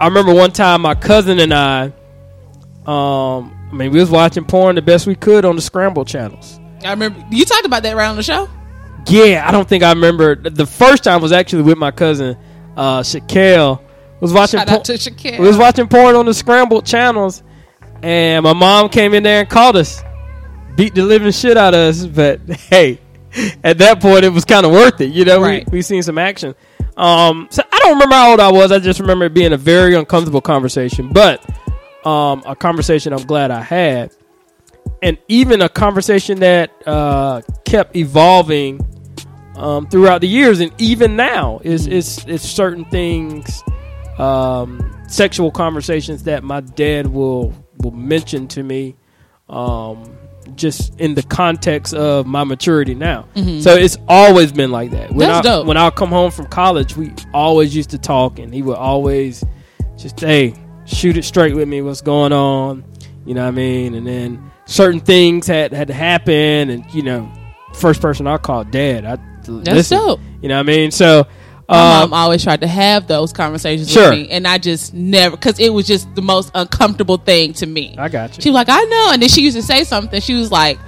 i remember one time my cousin and i um i mean we was watching porn the best we could on the scramble channels
I remember you talked about that right on the show.
yeah i don't think i remember the first time was actually with my cousin uh shaquille was watching
Shout
por-
out to Shaquille.
we was watching porn on the scrambled channels, and my mom came in there and called us, beat the living shit out of us. But hey, at that point, it was kind of worth it, you know.
Right.
We we seen some action. Um, so I don't remember how old I was. I just remember it being a very uncomfortable conversation, but um, a conversation I'm glad I had, and even a conversation that uh, kept evolving um, throughout the years, and even now is
Mm.
is is certain things um, sexual conversations that my dad will will mention to me um, just in the context of my maturity now. So it's always been like that. When
Mm-hmm. That's
I,
dope.
When I come home from college, we always used to talk, and he would always just hey shoot it straight with me. What's going on? You know what I mean? And then certain things had had to happen, and you know, first person I called dad. I listen.
dope.
You know what I mean? So.
My
um,
mom always tried to have those conversations
Sure.
with me, and I just never because it was just the most uncomfortable thing to me.
I got you.
She was like, I know, and then she used to say something. She was like,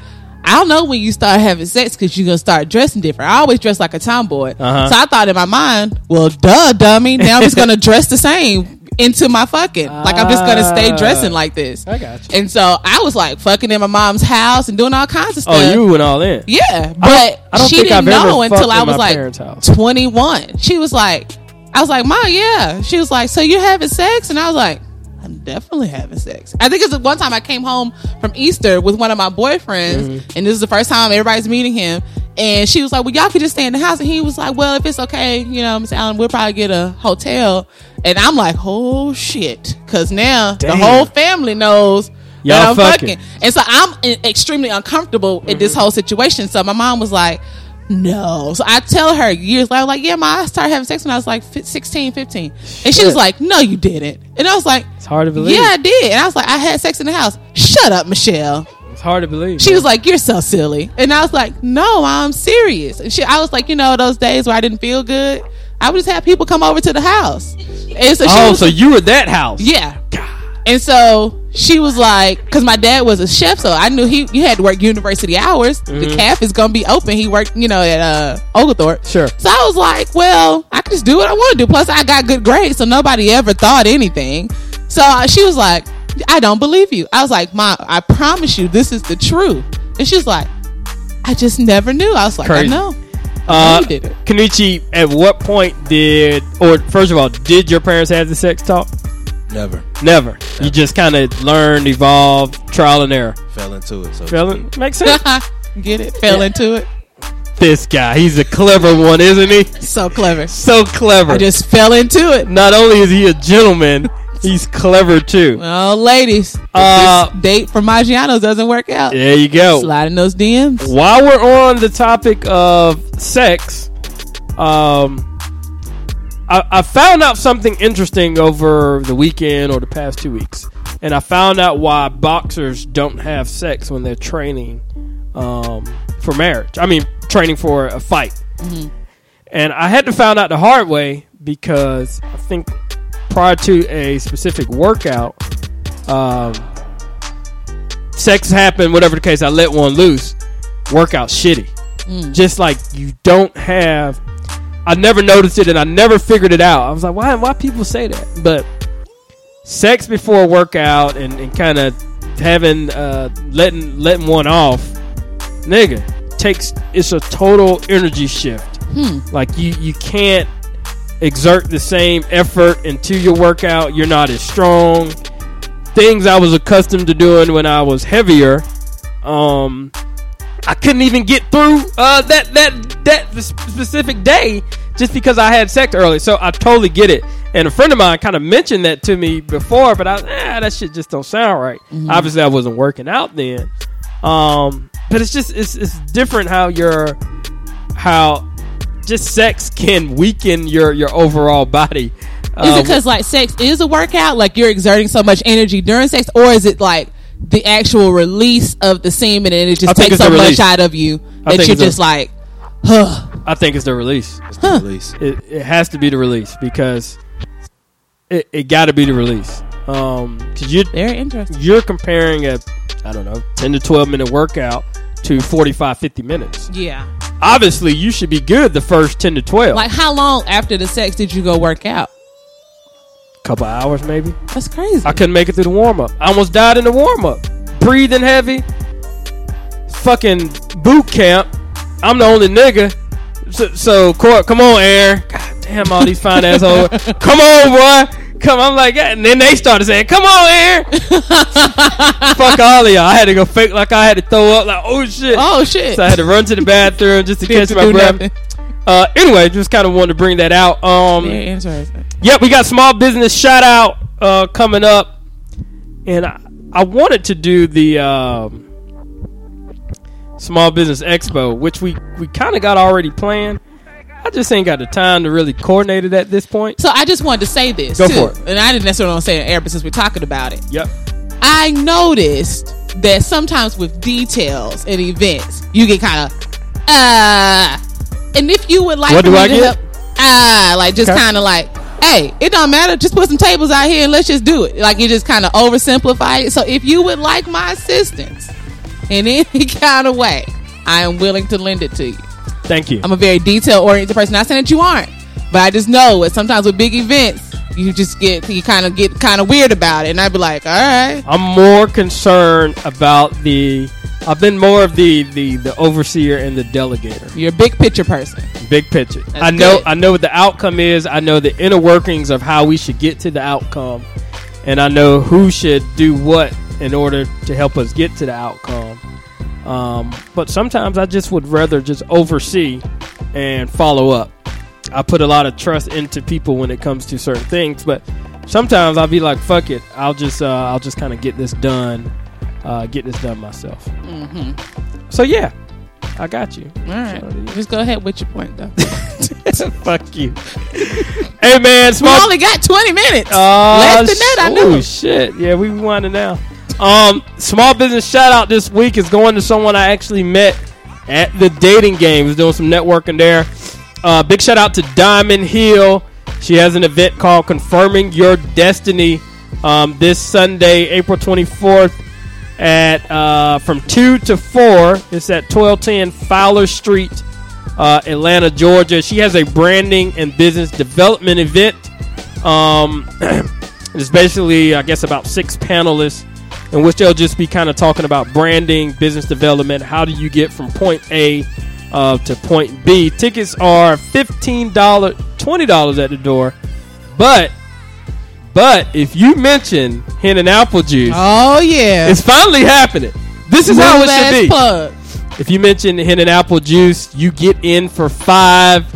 I don't know when you start having sex because you're gonna start dressing different. I always dress like a tomboy,
Uh-huh.
so I thought in my mind, well, duh, dummy. Now I'm just gonna dress the same into my fucking. like I'm just gonna stay
Ah.
dressing like this.
I got you.
And so I was like fucking in my mom's house and doing all kinds of stuff.
Oh, you went all in.
Yeah, but
I don't
she
think
didn't
I've ever
know until
fucked
I
in
was
my
like
parents' house.
21. She was like, I was like, Ma, yeah. She was like, so you're having sex? And I was like, I'm definitely having sex. I think it's the one time I came home from Easter with one of my boyfriends,
Mm-hmm.
and this is the first time everybody's meeting him. And she was like, well, y'all could just stay in the house. And he was like, well, if it's okay, you know, Miss Allen, we'll probably get a hotel. And I'm like, oh shit. Cause now
Damn.
the whole family knows that
Y'all
I'm
fucking. Mm-hmm.
fucking. And so I'm in- extremely uncomfortable in this whole situation. So my mom was like, no. So I tell her years later, like, yeah, ma, I started having sex when I was like fi- 16, 15. And she was
Shit.
like, no, you didn't. And I was like,
It's hard to believe.
yeah, I did. And I was like, I had sex in the house. Shut up, Michelle.
It's hard to believe.
She was like, "You're so silly," and I was like, "No, I'm serious." And she, I was like, "You know, those days where I didn't feel good, I would just have people come over to the house." And so she
oh,
was
so you were that house.
yeah. And so she was like, because my dad was a chef, so I knew he you had to work university hours.
Mm-hmm.
The calf is gonna be open. He worked, you know, at uh, Oglethorpe.
Sure.
So I was like, well, I can just do what I want to do. Plus, I got good grades, so nobody ever thought anything. So uh, she was like, I don't believe you. I was like, Mom, I promise you, this is the truth. And she was like, I just never knew. I was like,
Crazy.
I know.
Uh,
you did it.
Kenichi, at what point did, or first of all, did your parents have the sex talk?
Never
Never. You just kind of learned, evolved, trial and error.
fell into it. So to
Fella,
speak.
makes sense.
Get it? Fell into it.
this guy, he's a clever one, isn't he?
So clever.
So clever.
I just fell into it.
Not only is he a gentleman, he's clever too.
Oh, ladies, if
Uh,
this Oh. date for Maggiano's doesn't work out.
there you go.
Sliding those DMs.
While we're on the topic of sex, um, I, I found out something interesting over the weekend or the past two weeks, and I found out why boxers don't have sex when they're training um, for marriage. I mean, training for a fight. And I had to find out the hard way because I think prior to a specific workout, um, sex happened, whatever the case, I let one loose. Workout shitty. Just like you don't have. I never noticed it and I never figured it out. I was like, why? Why people say that? But sex before a workout and, and kind of having uh, letting letting one off, nigga, takes it's a total energy shift. Like you you can't exert the same effort into your workout. You're not as strong things I was accustomed to doing when I was heavier. Um, I couldn't even get through uh, that that that sp- specific day just because I had sex early. So I totally get it. And a friend of mine kind of mentioned that to me before, but I was, ah, that shit just don't sound right.
Mm-hmm.
Obviously, I wasn't working out then. Um, but it's just it's it's different how your how just sex can weaken your your overall body.
Is it
Uh,
because like sex is a workout? Like you're exerting so much energy during sex, or is it like the actual release of the semen and it
I
just
think
takes
it's
so
the release.
much out of you that
I think
you're
it's a-
just like, huh?
I think it's the release.
It's the release.
it, it has to be the release because it, it got to be the release. Um, cause you
Very interesting.
you're comparing a I don't know ten to twelve minute workout to 45, 50 minutes.
Yeah.
Obviously, you should be good the first ten to twelve,
Like how long after the sex did you go work out?
couple hours maybe.
That's crazy.
I couldn't make it through the warm up. I almost died in the warm up, breathing heavy. Fucking boot camp. I'm the only nigga. So, so Court, come on, Aaron. God damn, all these fine assholes. Come on, boy. Come. I'm like, yeah. and then they started saying, "Come on, Aaron." Fuck all of y'all. I had to go fake like I had to throw up. Like, oh shit.
oh shit.
So I had to run to the bathroom just to catch
To
my
do
breath.
nothing.
Uh, anyway, just kind of wanted to bring that out. Um,
Very interesting.
Yep, we got small business shout out uh, coming up, and I, I wanted to do the um, small business expo, which we we kind of got already planned. I just ain't got the time to really coordinate it at this point.
So I just wanted to say this
Go
too,
for it.
and I didn't necessarily want to say it in air, but since we're talking about it,
Yep,
I noticed that sometimes with details and events, you get kind of uh, and if you would like,
What
for
do
me
I
to
get?
help- Ah, like just
Okay.
kind of like, hey, it don't matter. Just put some tables out here and let's just do it. Like you just kind of oversimplify it. So if you would like my assistance in any kind of way, I am willing to lend it to you.
thank you.
I'm a very detail oriented person. Not saying that you aren't, but I just know that sometimes with big events, you just get you kind of get kind of weird about it, and I'd be like, all right,
I'm more concerned about the. I've been more of the the the overseer and the delegator.
you're a big picture person.
Big picture.
That's
I know
good.
I know what the outcome is. I know the inner workings of how we should get to the outcome. And I know who should do what in order to help us get to the outcome. Um, but sometimes I just would rather just oversee and follow up. I put a lot of trust into people when it comes to certain things, but sometimes I'll be like, "Fuck it, I'll just uh, I'll just kind of get this done, uh, get this done myself."
Mm-hmm.
So yeah, I got you.
All right, just go ahead with your point though.
Fuck you. hey man,
we
small
only got 20 minutes.
uh,
Less than that, I
sh-
knew.
ooh, shit. Yeah, we winding now. Um, small business shout out this week is going to someone I actually met at the dating game. Was doing some networking there. Uh, big shout out to Diamond Hill. She has an event called Confirming Your Destiny um, this Sunday, April 24th at uh, from 2 to 4. It's at 1210 Fowler Street, uh, Atlanta, Georgia. She has a branding and business development event. Um, it's basically, I guess, about six panelists in which they'll just be kind of talking about branding, business development. How do you get from point A uh, to point B? Tickets are fifteen dollars, twenty dollars at the door, but but if you mention hen and apple juice,
Oh yeah,
it's finally happening. This is how
Real
it
ass
should be.
plug.
If you mention hen and apple juice, you get in for five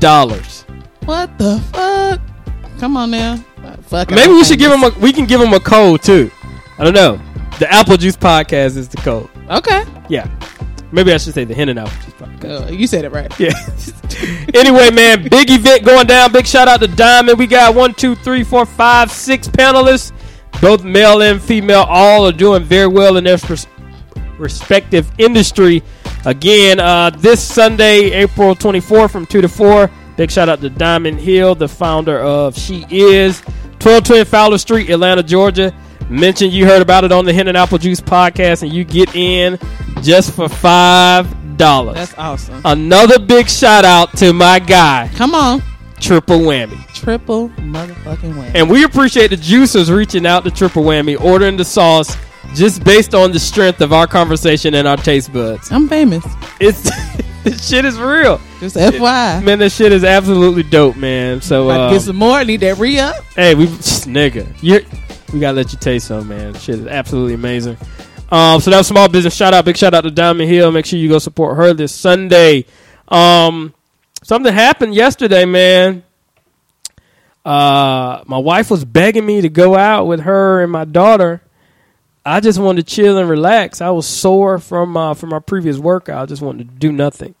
dollars.
What the fuck? Come on now. Uh, Fuck. it,
Maybe we
I'm
should give him a. We can give him a code too. I don't know. The apple juice podcast is the code.
Okay.
Yeah. Maybe I should say the hen and apple juice podcast.
Uh, you said it right.
Yeah. anyway, man, big event going down. Big shout out to Diamond. We got one, two, three, four, five, six panelists, both male and female. All are doing very well in their pers- respective industry. Again, uh, this Sunday, April 24th from 2 to 4. Big shout out to Diamond Hill, the founder of She Is, 1220 Fowler Street, Atlanta, Georgia. Mention you heard about it on the Hen and Apple Juice podcast, and you get in just for $5.
That's awesome.
Another big shout out to my guy,
Come on,
Triple Whammy.
triple motherfucking win.
And we appreciate the juicers reaching out to Triple Whammy, ordering the sauce just based on the strength of our conversation and our taste buds.
I'm famous.
It's this shit is real.
Just FYI.
Man, this shit is absolutely dope, man. So
About to
um,
get some more. Need that re up.
hey, we nigga. You're We gotta let you taste some, man. Shit is absolutely amazing. Um, so that was small business shout out. Big shout out to Diamond Hill. Make sure you go support her this Sunday. Um, something happened yesterday, man. Uh, my wife was begging me to go out with her and my daughter. I just wanted to chill and relax. I was sore from uh, from my previous workout. I just wanted to do nothing.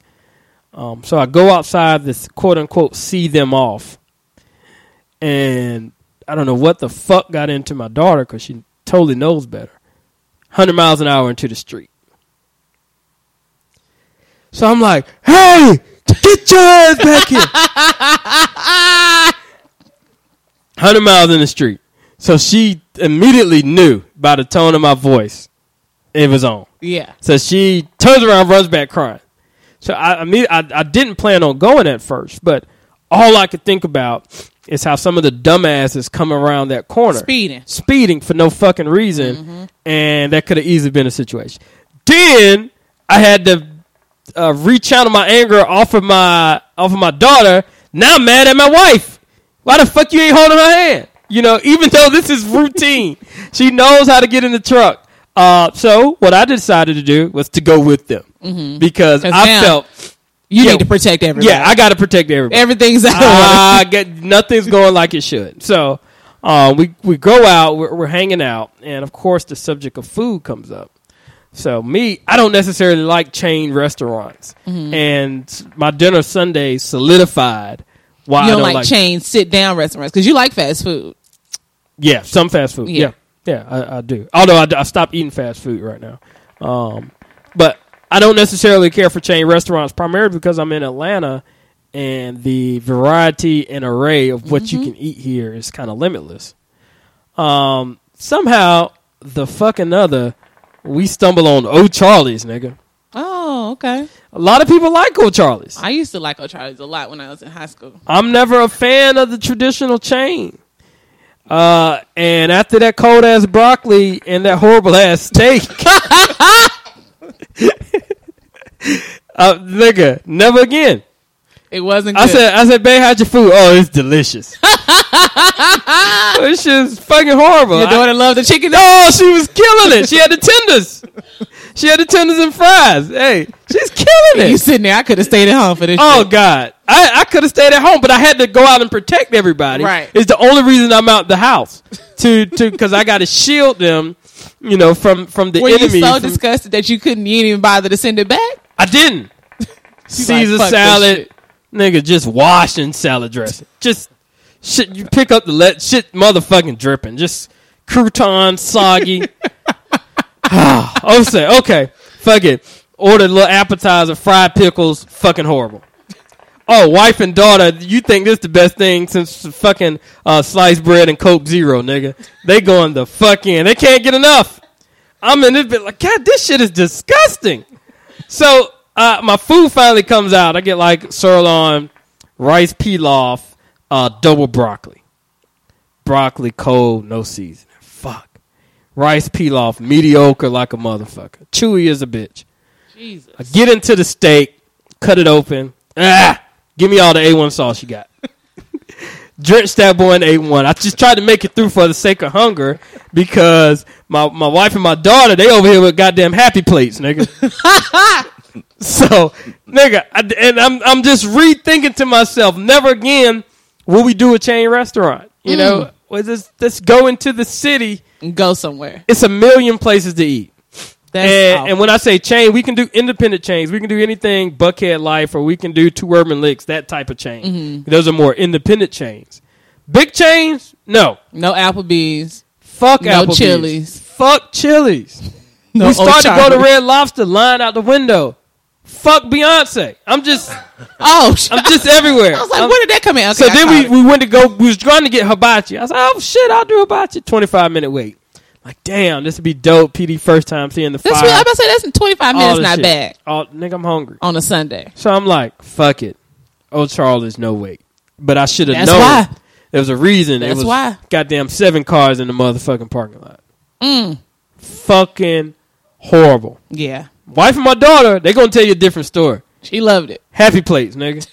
Um, so I go outside this quote unquote see them off, and I don't know what the fuck got into my daughter because she totally knows better. Hundred miles an hour into the street. So I'm like, "Hey, get your ass back here!" Hundred miles in the street. So she immediately knew by the tone of my voice it was on.
Yeah.
So she turns around, runs back crying. So I I, mean, I I didn't plan on going at first, but all I could think about is how some of the dumbasses come around that corner,
Speeding.
speeding for no fucking reason, and that could have easily been a situation. Then I had to uh, rechannel my anger off of my off of my daughter. Now I'm mad at my wife. Why the fuck you ain't holding her hand? You know, even though this is routine, she knows how to get in the truck. Uh, so what I decided to do was to go with them because
'Cause
I
now-
felt,
You
Yeah.
need to protect everybody.
yeah, I got to protect everybody.
Everything's out.
I get nothing's going like it should. So uh, we we go out, we're, we're hanging out, and of course the subject of food comes up. So me, I don't necessarily like chain restaurants,
Mm-hmm.
and my dinner Sunday solidified why
you
I
don't, like, chain sit down restaurants because you like fast food.
Yeah, some fast food. Yeah,
Yeah.
yeah, I, I do. Although I, d- I stopped eating fast food right now, um, but I don't necessarily care for chain restaurants primarily because I'm in Atlanta and the variety and array of what you can eat here is kind of limitless. Um, somehow the fucking other we stumble on O'Charlie's, nigga.
Oh, okay.
A lot of people like O'Charlie's.
I used to like O'Charlie's a lot when I was in high school.
I'm never a fan of the traditional chain. Uh, and after that cold ass broccoli and that horrible ass steak, uh, nigga, never again.
It wasn't. Good.
I said, I said, babe, how's your food? Oh, it's delicious. this shit's fucking horrible.
your
I-
daughter loved the chicken.
no, she was killing it. She had the tenders. She had the tenders and fries. Hey, she's killing it.
You sitting there? I could have stayed at home for this.
Oh
shit.
God, I, I could have stayed at home, but I had to go out and protect everybody.
Right.
it's the only reason I'm out the house to to because I got to shield them, you know, from from the
were you
enemy.
so
from-
disgusted that you couldn't you didn't even bother to send it back?
I didn't. Caesar
"Fuck this
salad,
shit."
nigga, just washing salad dressing. Just shit. You pick up the let shit, motherfucking dripping. Just crouton soggy. oh, say okay, fuck it. Order a little appetizer, fried pickles, fucking horrible. Oh, wife and daughter, you think this the best thing since the fucking uh, sliced bread and Coke Zero, nigga? They going the fuck in. They can't get enough. I'm in this bit like, God, this shit is disgusting. So uh, my food finally comes out. I get like sirloin, rice pilaf, uh, double broccoli, broccoli cold, no seasoning. Fuck, rice pilaf, mediocre like a motherfucker. Chewy as a bitch.
Jesus.
I get into the steak, cut it open. Ah, give me all the A1 sauce you got. Drench that boy in A1. I just tried to make it through for the sake of hunger because my, my wife and my daughter, they over here with goddamn happy plates, nigga. so, nigga, I, and I'm, I'm just rethinking to myself, never again will we do a chain restaurant. You know, let's, just- let's go into the city.
Go somewhere.
It's a million places to eat
That's
and,
awful.
and when I say chain, we can do independent chains. We can do anything Buckhead Life, or we can do Two Urban Licks, that type of chain.
Mm-hmm.
Those are more independent chains. Big chains, no.
no Applebee's.
Fuck
No
Applebee's.
Chili's.
Fuck Chili's.
No
we started to go to
O'Charlie's.
Red Lobster, line out the window. Fuck Beyonce. I'm just,
Oh, sh-
I'm just everywhere.
I was like,
I'm-
where did that come in? Okay,
so
I
then
caught
we,
it.
we went to go. We was trying to get hibachi. I was like, oh shit, I'll do hibachi. Twenty five minute wait. Like damn, this would be dope. PD first time seeing the
That's
fire.
what I'm about to say. That's 25
all
minutes.
this
Not
shit.
bad
Oh, nigga, I'm hungry.
on a Sunday.
So I'm like, fuck it. Old Charlie's no wait. But I should have
That's
known.
why.
There was a reason. it
That's
was
why.
Goddamn seven cars in the motherfucking parking lot.
Mm.
Fucking horrible.
Yeah,
Wife and my daughter, they gonna tell you a different story.
she loved it.
Happy plates, nigga.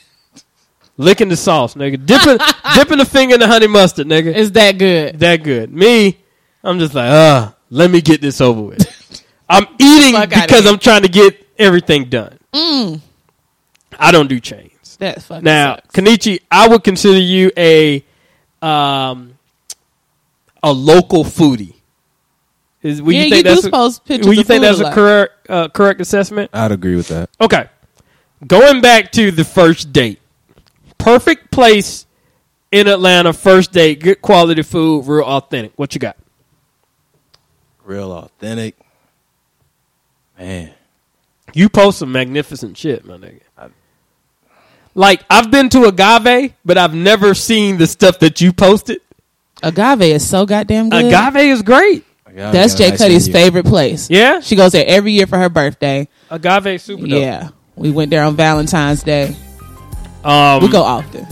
Licking the sauce, nigga. Dipping, dipping the finger in the honey mustard, nigga.
It's that good.
that good. Me, I'm just like, uh, let me get this over with. I'm eating
Fuck outta
because
here. Mm.
I'm trying to get everything done. I don't do chains.
That fucking
Now,
sucks.
Kanichi, I would consider you a um a local foodie. Is would
Yeah,
you
you
think
do
that's a,
post pictures
would you
of
think
food a
that's a
lot.
correct uh, correct assessment?
I'd agree with that.
Okay. Going back to the first date. Perfect place in Atlanta, first date, good quality food, real authentic. What you got?
Real authentic. Man.
You post some magnificent shit, my nigga. Like I've been to Agave, but I've never seen the stuff that you posted.
agave is so goddamn good.
Agave is great.
That's Jay Cuddy's favorite place.
Yeah?
She goes there every year for her birthday.
Agave is super dope.
Yeah. We went there on Valentine's Day.
Um,
We go often.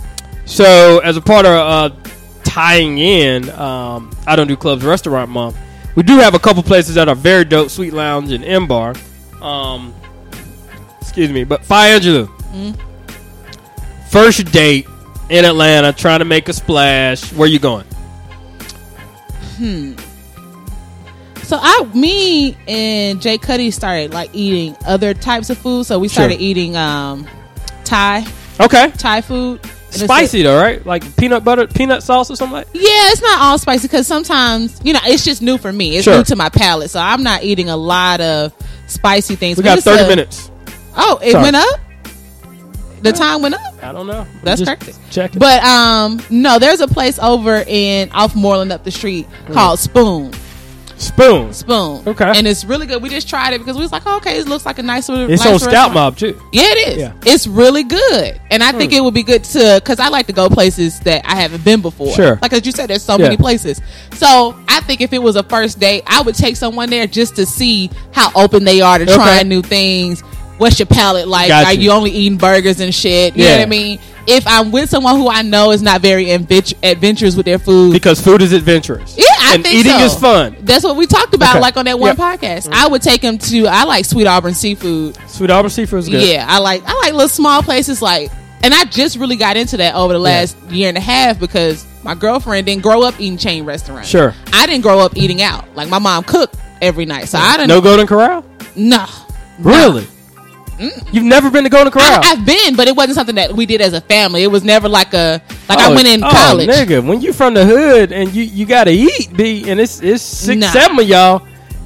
So, as a part of uh, tying in, um, I don't do clubs restaurant month. We do have a couple places that are very dope: Sweet Lounge and M Bar. Um, excuse me, but Fire Angela.
Mm-hmm.
First date in Atlanta, trying to make a splash. Where you going?
So I, me and Jay Cuddy started like eating other types of food. So we
Sure.
started eating um, Thai,
Okay,
Thai food. And it's
spicy though, right? Like peanut butter, peanut sauce, or something like.
Yeah, it's not all spicy because sometimes you know it's just new for me. It's
Sure.
new to my palate, so I'm not eating a lot of spicy things.
We
But
got
it's
thirty
a-
minutes.
Oh, it
Sorry.
went up. The time went up.
I don't know. I'm
That's
just
perfect.
Checking.
But um, no, there's a place over in off Moreland up the street called Spoon.
spoon.
Spoon.
Mm. Okay.
And it's really good. We just tried it because we was like, oh, okay, it looks like a nice little.
It's
nice
on Stout
restaurant.
Mob too.
Yeah, it is.
Yeah. Hmm.
It's really good, and I think it would be good to because I like to go places that I haven't been before.
Sure.
like as you said, there's so
Yeah.
many places. So I think if it was a first date, I would take someone there just to see how open they are to
Okay.
trying new things. What's your palate like?
Got
Are
you.
you only eating burgers and shit? You know
Yeah.
what I mean? If I'm with someone who I know is not very advent- adventurous with their food,
Because food is adventurous.
yeah, I
and
think
eating
so.
is fun.
That's what we talked about,
Okay. Mm-hmm.
like on that one podcast. I would take him to. I like Sweet Auburn seafood.
Sweet Auburn seafood is good.
Yeah, I like I like little small places like and I just really got into that over the last year and a half because my girlfriend didn't grow up eating chain restaurants.
Sure.
I didn't grow up eating out. Like my mom cooked every night. So I didn't
No Golden Corral?
no.
Really? You've never been to Golden Corral?
I, have been, but it wasn't something that we did as a family. It was never like a like I
Oh,
went in
oh,
college.
nigga, when you from the hood and you, you gotta eat, B, and it's it's six,
Nah.
seven of y'all,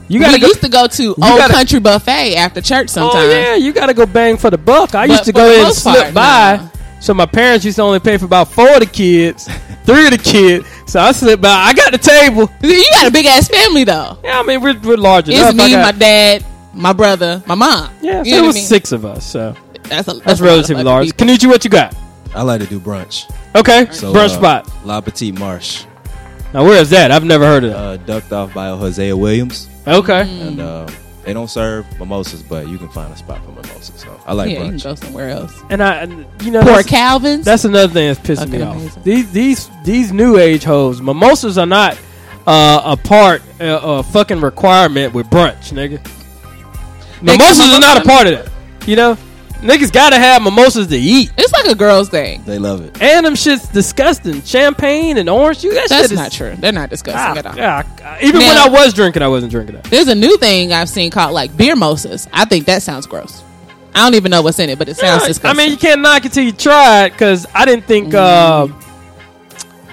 you
We
gotta go.
used to go to old
gotta-
country buffet after church sometimes.
Oh yeah, you gotta go bang for the buck. I
But
used to
for
go
the
in and
most
slip
part,
by.
nah.
So my parents used to only pay for about four of the kids, three of the kids. So I slipped by. I got the table.
You got a big ass family though.
Yeah, I mean we're we're large enough.
It's
I
me,
got-
my dad, my brother, my mom.
yeah, so
You know
it
what I
was
mean?
six of us. So
That's, a, a
that's
lot of
relatively
fucking
large.
people.
Kanichi, what you got?
I like to do brunch.
Okay,
So,
brunch
uh,
spot.
La Petite Marsh.
Now where is that? I've never heard of that.
Uh, ducked off by Hosea Williams.
Okay.
Mm.
And uh, they don't serve mimosas, but you can find a spot for mimosas. So I like
yeah, you can
brunch.
go somewhere else.
And I, and, you know,
Poor
that's,
Calvin's.
that's another thing that's pissing
Fucking
me off.
amazing.
These these these new age hoes, mimosas are not uh, a part, uh, a fucking requirement with brunch, nigga.
They
Mimosas
come
are
up
not a
with-
part of that. You know, niggas gotta have mimosas to eat.
It's like a girl's thing.
They love it.
And them shit's disgusting. Champagne and orange juice. That
That's
shit is,
not true. They're not
Ah,
discussing at all.
yeah, even when
Now-
I was drinking, I wasn't drinking that.
There's a new thing I've seen called like beer moses. I think that sounds gross. I don't even know what's in it, but it sounds
Yeah, I
disgusting.
mean, you can't knock it till you try it because I didn't think uh,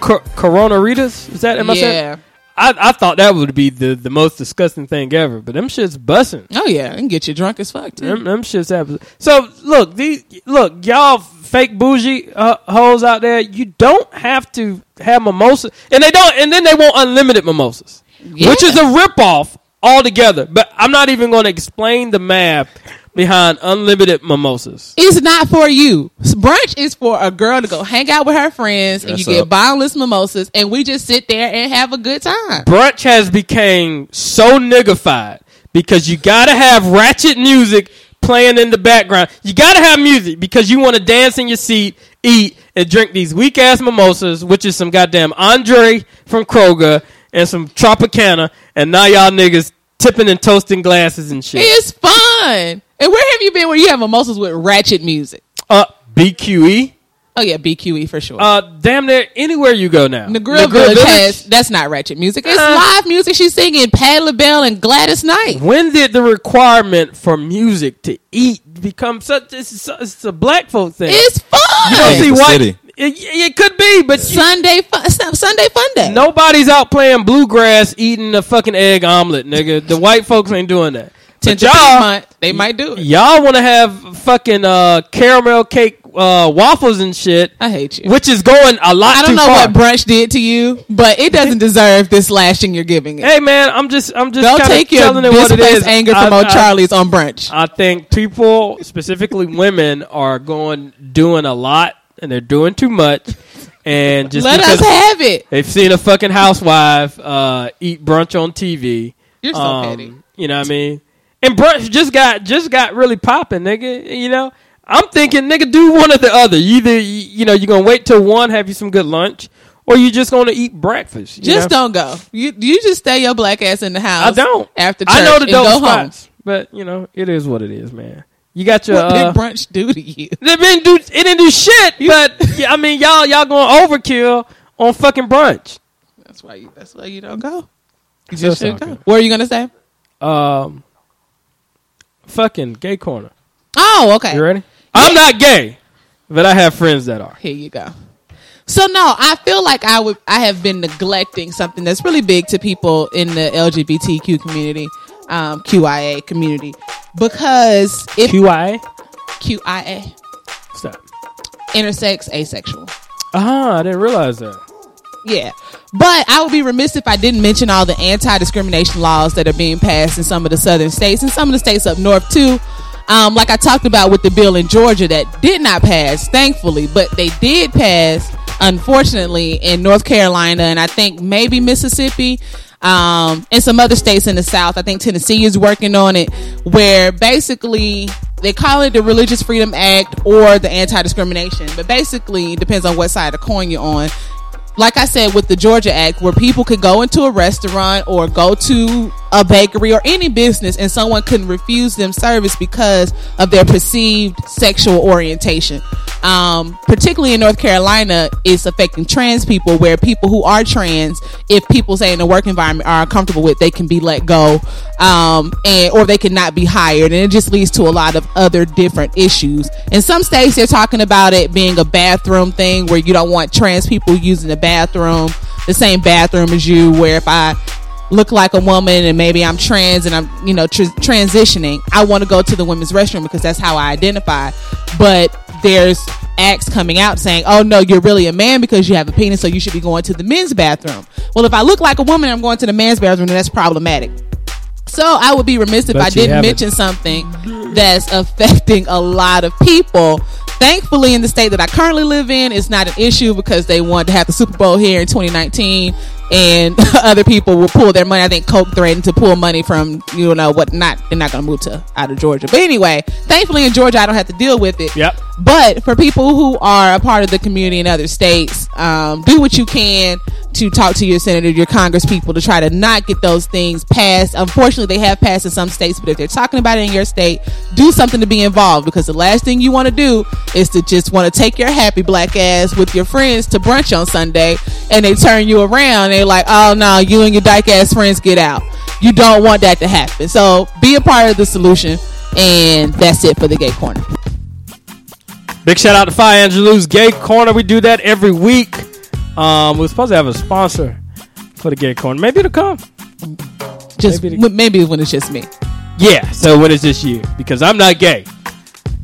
cor- Corona Ritas is that? Am I saying?
yeah.
I, I thought that would be the, the most disgusting thing ever, but them shits bussing.
Oh yeah, and get you drunk as fuck too.
Them, them shits happen. So look, these look y'all fake bougie uh, hoes out there. You don't have to have mimosas, and they don't, and then they want unlimited mimosas, which is a ripoff altogether. But I'm not even going to explain the math behind unlimited mimosas.
It's not for you. Brunch is for a girl to go hang out with her friends, and
Dress
you get
up.
boundless mimosas, and we just sit there and have a good time.
brunch has became so niggified because you gotta have ratchet music playing in the background. You gotta have music because you want to dance in your seat, eat, and drink these weak ass mimosas, which is some goddamn Andre from Kroger and some Tropicana, and now y'all niggas tipping and toasting glasses and shit.
It's fun. And where have you been where you have mimosas with ratchet music?
Uh, BQE.
Oh yeah, BQE for sure.
Uh, damn near anywhere you go now.
The Grill Village, has that's not ratchet music. It's
Uh.
live music. She's singing Patti LaBelle and Gladys Knight.
When did the requirement for music to eat become such? It's, it's- it's a black folk thing.
It's fun.
you don't see
Kansas
white.
City.
It, it could be, but you-
Sunday fun. Sun- Sunday fun day.
nobody's out playing bluegrass eating a fucking egg omelet, nigga. The white folks ain't doing that.
Ten
But
to
y'all,
Piedmont, they might do it.
y'all want to have fucking uh, caramel cake uh, waffles and shit,
I hate you.
which is going a lot.
I
too
don't know
far.
what brunch did to you, but it doesn't deserve this lashing you're giving it.
Hey man, I'm just I'm just
don't
kinda
take your
telling it what it is.
misplaced anger from
I-
old
I-
Charlie's on brunch.
I think people, specifically women, are going doing a lot and they're doing too much. And just
Let us
because
have it.
they've seen a fucking housewife uh, eat brunch on TV.
You're so
um,
petty.
You know what I mean? And brunch just got just got really popping, nigga. You know, I'm thinking, nigga, do one or the other. You Either you, you know you're gonna wait till one, have you some good lunch, or you just gonna eat breakfast. you
Just
know?
don't go. You you just stay your black ass in the house.
I don't.
after church
I know the
and go
dope
home.
spots, but you know it is what it is, man. You got your.
What
uh,
did brunch do to you?
They didn't do it didn't do shit, but yeah, I mean y'all y'all going overkill on fucking brunch.
That's why you. That's why you don't go. You
That's
just shouldn't
all
go. What are you gonna say?
Um fucking gay corner.
Oh, okay.
You ready? I'm not gay, but I have friends that are.
Here you go. So no, I feel like I would I have been neglecting something that's really big to people in the LGBTQ community, um, QIA community, because if
QI?
QIA
Stop.
intersex asexual,
Ah, I didn't realize that.
yeah. But I would be remiss if I didn't mention all the anti-discrimination laws that are being passed in some of the southern states and some of the states up north too. Um, like I talked about with the bill in Georgia that did not pass, thankfully, but they did pass, unfortunately, in North Carolina and I think maybe Mississippi um, and some other states in the South. I think Tennessee is working on it, where basically they call it the Religious Freedom Act or the anti-discrimination, but basically it depends on what side of the coin you're on like I said with the Georgia Act, where people could go into a restaurant or go to a bakery or any business and someone couldn't refuse them service because of their perceived sexual orientation. Um, particularly in North Carolina, it's affecting trans people, where people who are trans, if people say in the work environment are uncomfortable with, they can be let go, um, and or they cannot be hired, and it just leads to a lot of other different issues. In some states, they're talking about it being a bathroom thing, where you don't want trans people using the bathroom, the same bathroom as you. Where if I look like a woman and maybe I'm trans and I'm you know tr- transitioning, I want to go to the women's restroom because that's how I identify. But there's acts coming out saying, "Oh no, you're really a man because you have a penis, so you should be going to the men's bathroom." Well, if I look like a woman, I'm going to the men's bathroom, then that's problematic. So I would be remiss if
But
I
you
didn't
haven't.
mention something that's affecting a lot of people. Thankfully, in the state that I currently live in, it's not an issue because they wanted to have the Super Bowl here in 2019, and other people will pull their money. I think Coke threatened to pull money from you know what not. They're not going to move to out of Georgia, but anyway, thankfully in Georgia I don't have to deal with it.
Yep.
But for people who are a part of the community in other states, um, do what you can to talk to your senator, your congress people to try to not get those things passed. Unfortunately, they have passed in some states, but if they're talking about it in your state, do something to be involved because the last thing you want to do is to just want to take your happy black ass with your friends to brunch on Sunday and they turn you around. they're like, oh no, you and your dyke ass friends get out. You don't want that to happen. So be a part of the solution. And that's it for the gay corner.
Big shout out to Fire Angelou's Gay Corner. We do that every week. Um, we're supposed to have a sponsor for the Gay Corner. Maybe it'll come.
just
Maybe
maybe,
the-
maybe when it's just me.
Yeah. So when is this year? Because I'm not gay,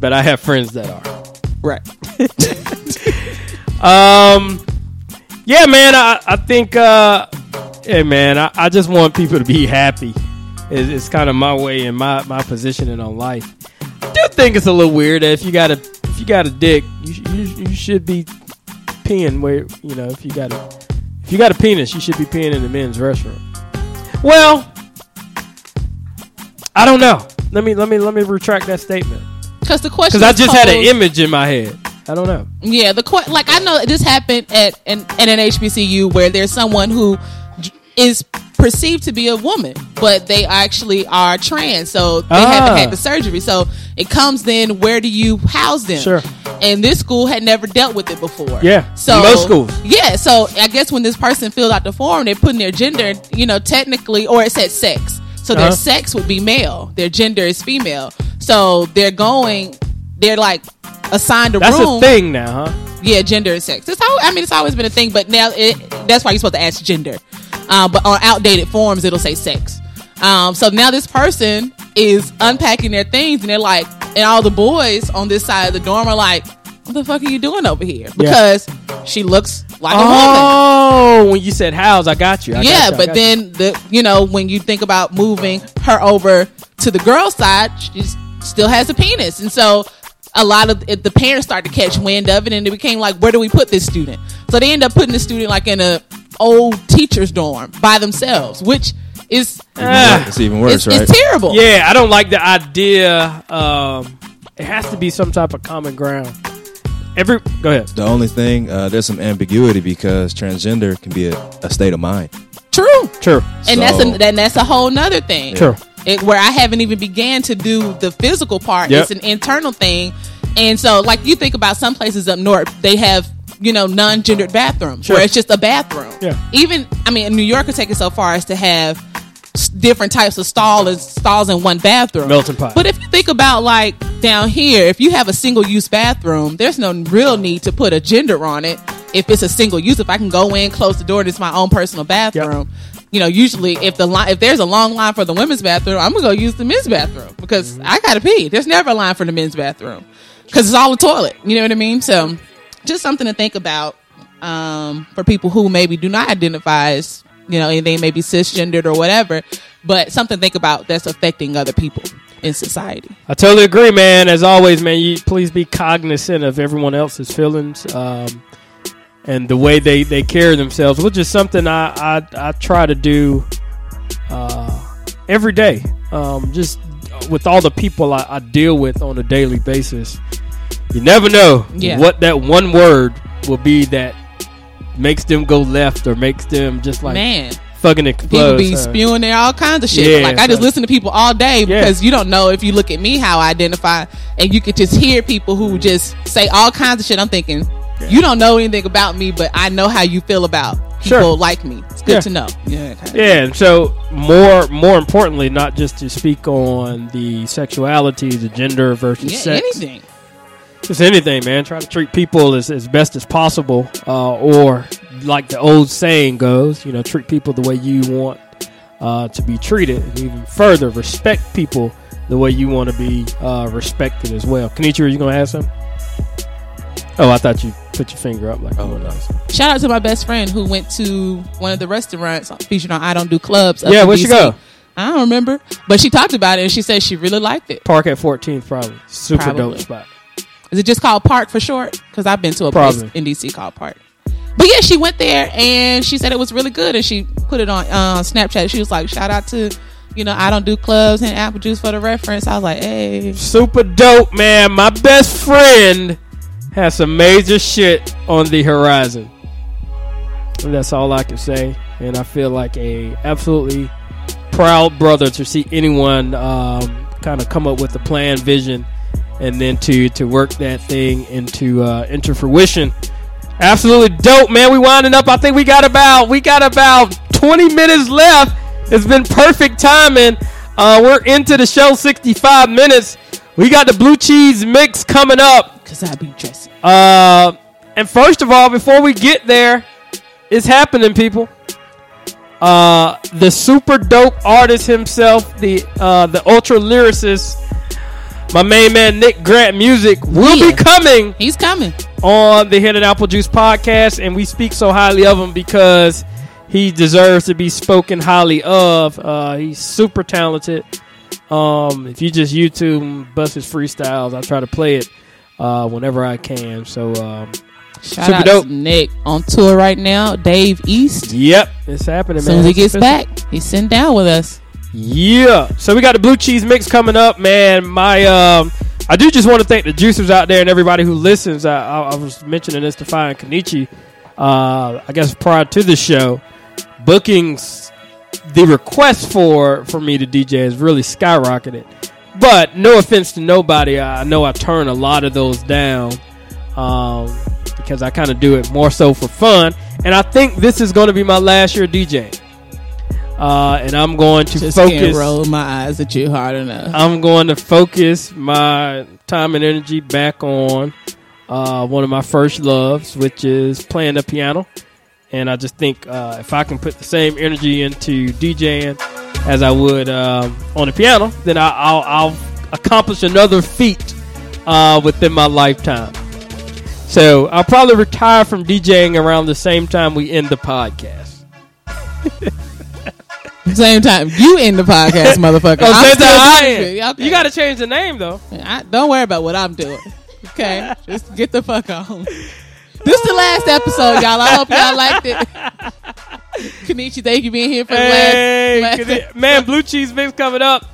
but I have friends that are.
Right.
Um, yeah, man. I I think, uh, hey, man. I, I just want people to be happy. It's, it's kind of my way and my my positioning on life. I do think it's a little weird that if you got a if you got a dick, you sh- you, sh- you should be peeing where you know if you got a if you got a penis, you should be peeing in the men's restroom. Well, I don't know. Let me let me let me retract that statement
Because the question
because I
was
just had an
posed-
image in my head. I don't know.
Yeah, the que- like I know this happened at an at an HBCU where there's someone who j- is perceived to be a woman, but they actually are trans, so they haven't
Ah.
had the surgery. So it comes then, where do you house them?
Sure.
And this school had never dealt with it before.
Yeah.
So
Most schools.
Yeah. So I guess when this person filled out the form, they're putting their gender, you know, technically, or it said sex. So their
Uh-huh.
sex would be male. Their gender is female. So they're going. They're like assigned a
That's
room.
a thing now, huh?
Yeah, gender and sex. It's all. I mean, it's always been a thing, but now it, that's why you're supposed to ask gender. Um, but on outdated forms, it'll say sex. Um, so now this person is unpacking their things, and they're like, and all the boys on this side of the dorm are like, "What the fuck are you doing over here?" Because she looks like a woman
Oh, when you said house, I got you. I got
yeah,
you, I
but
got you.
then the you know when you think about moving her over to the girl side, she s- still has a penis, and so a lot of it, the parents start to catch wind of it, and it became like, where do we put this student? So they end up putting the student like in a old teacher's dorm by themselves, which is
Ah.
It's even
it's,
worse, right?
it's terrible.
Yeah, I don't like the idea. Um, it has to be some type of common ground. Every go ahead.
the only thing uh, there's some ambiguity because transgender can be a, a state of mind.
True.
True.
and that's
So-
a, and that's a whole nother thing.
True.
It, where I haven't even began to do the physical part.
Yep.
It's an internal thing, and so like you think about some places up north, they have you know non-gendered bathrooms
Sure.
where it's just a bathroom.
Yeah.
Even I mean, New York could take it so far as to have s- different types of stall and stalls in one bathroom.
Melting pot.
But if you think about like down here, if you have a single-use bathroom, there's no real need to put a gender on it. If it's a single use, if I can go in, close the door, and it's my own personal bathroom bathroom. You know, usually if the line if there's a long line for the women's bathroom, I'm gonna go use the men's bathroom because I gotta pee. There's never a line for the men's bathroom because it's all a toilet. You know what I mean? So, just something to think about um, for people who maybe do not identify as you know anything, maybe cisgendered or whatever, but something to think about that's affecting other people in society.
I totally agree, man. As always, man, you please be cognizant of everyone else's feelings um, and the way they, they carry themselves, which is something I, I, I try to do uh, every day. Um, just with all the people I, I deal with on a daily basis, you never know
Yeah.
what that one word will be that makes them go left or makes them just like
Man.
fucking
People
explode.
be
son.
spewing there all kinds of shit.
uh, Yeah,
like I just
so-
listen to people all day
Yeah.
because you don't know if you look at me how I identify, and you could just hear people who just say all kinds of shit. I'm thinking you don't know anything about me, but I know how you feel about people
Sure.
like me. It's good
Yeah.
to know. Yeah, okay.
Yeah, and so more more importantly, not just to speak on the sexuality, the gender versus
yeah
sex,
anything.
just anything, man. Try to treat people as, as best as possible, uh, or like the old saying goes, you know, treat people the way you want uh, to be treated, and even further, respect people the way you want to be uh, respected as well. Kenichi, are you going to ask him? Oh, I thought you put your finger up like.
Oh, no.
Shout out to my best friend who went to one of the restaurants featured on I Don't Do Clubs. up
Yeah,
in
where'd she
DC.
go?
I don't remember, but she talked about it and she said she really liked it.
Park at 14th, probably super dope
Probably.
spot.
Is it just called Park for short? Because I've been to a
Probably.
place in DC called Park. But yeah, she went there and she said it was really good, and she put it on uh, Snapchat. She was like, "Shout out to, you know, I don't do clubs and apple juice for the reference." I was like, "Hey,
super dope, man. My best friend has some major shit on the horizon. And that's all I can say. And I feel like a absolutely proud brother to see anyone um, kind of come up with a plan, vision, and then to to work that thing into uh, into fruition. Absolutely dope, man. We winding up. I think we got about we got about 20 minutes left. It's been perfect timing. Uh, we're into the show 65 minutes. We got the blue cheese mix coming up.
cause I be dressing."
Uh, and first of all, before we get there, it's happening, people. Uh, the super dope artist himself, the uh, the ultra lyricist, my main man Nick Grant Music, will
Yeah.
be coming
He's coming.
on the Hidden Apple Juice podcast, and we speak so highly of him because he deserves to be spoken highly of. Uh, he's super talented. Um, if you just YouTube him, bust his freestyles, I try to play it uh, whenever I can. So, um,
Shout
Super
out
dope.
to Nick on tour right now. Dave East.
yep, it's happening,
As soon
man.
as he
It's
gets
official.
back, he's sitting down with us.
Yeah. So we got the blue cheese mix coming up, man. My um I do just want to thank the juicers out there and everybody who listens. I, I, I was mentioning this to Fine Kanichi, uh, I guess prior to the show. Bookings the request for for me to DJ has really skyrocketed. But no offense to nobody, I know I turn a lot of those down um, because I kind of do it more so for fun. And I think this is going to be my last year DJing, uh, and I'm going to
Just can't
focus. Uh,
roll my eyes at you hard enough.
I'm going to focus my time and energy back on uh, one of my first loves, which is playing the piano. And I just think uh, if I can put the same energy into DJing as I would um, on the piano, then I, I'll, I'll accomplish another feat uh, within my lifetime. So I'll probably retire from DJing around the same time we end the podcast.
Same time, you end the podcast, motherfucker.
Oh,
I'm
same
still
time I
sleeping.
end.
Yeah, okay.
You got to change the name though.
I, don't worry about what I'm doing. Okay, just get the fuck on. This the last episode, y'all. I hope y'all liked it. Kanichi, thank you being here for the
Hey,
last.
could
last
it- man, blue cheese mix coming up.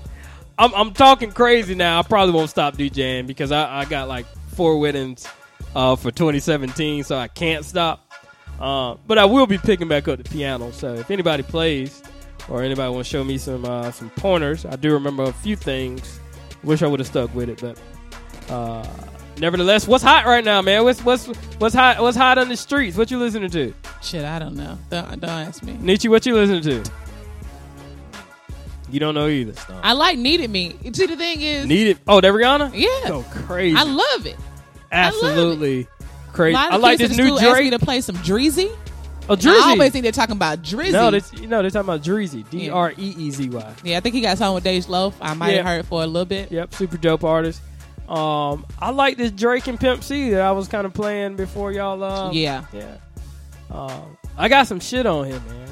I'm, I'm talking crazy now. I probably won't stop DJing because I, I got like four weddings uh, for 2017, so I can't stop. Uh, but I will be picking back up the piano. So if anybody plays or anybody want to show me some uh, some pointers, I do remember a few things. Wish I would have stuck with it, but uh, nevertheless, what's hot right now, man? What's what's what's hot? What's hot on the streets? What you listening to,
Shit, I don't know. Don't, don't ask me.
Nietzsche? What you listening to? You don't know either.
I like needed me. See, the thing is,
Need it? Oh, that Rihanna?
yeah,
Go crazy.
I love it.
Absolutely crazy.
A lot of
I like
kids
this
in the
new
school asked me
Drake.
to play some Dreezy.
Oh,
And I always
Drizzy.
think they're talking about Drizzy.
No, this, you know, they're talking about Drizzy. D R E E Z Y.
yeah, I think he got something with Dej Loaf. I might
Yeah.
have heard for a little bit.
Yep, super dope artist. Um, I like this Drake and Pimp C that I was kind of playing before y'all. Um,
Yeah.
Yeah. Um, I got some shit on him, man.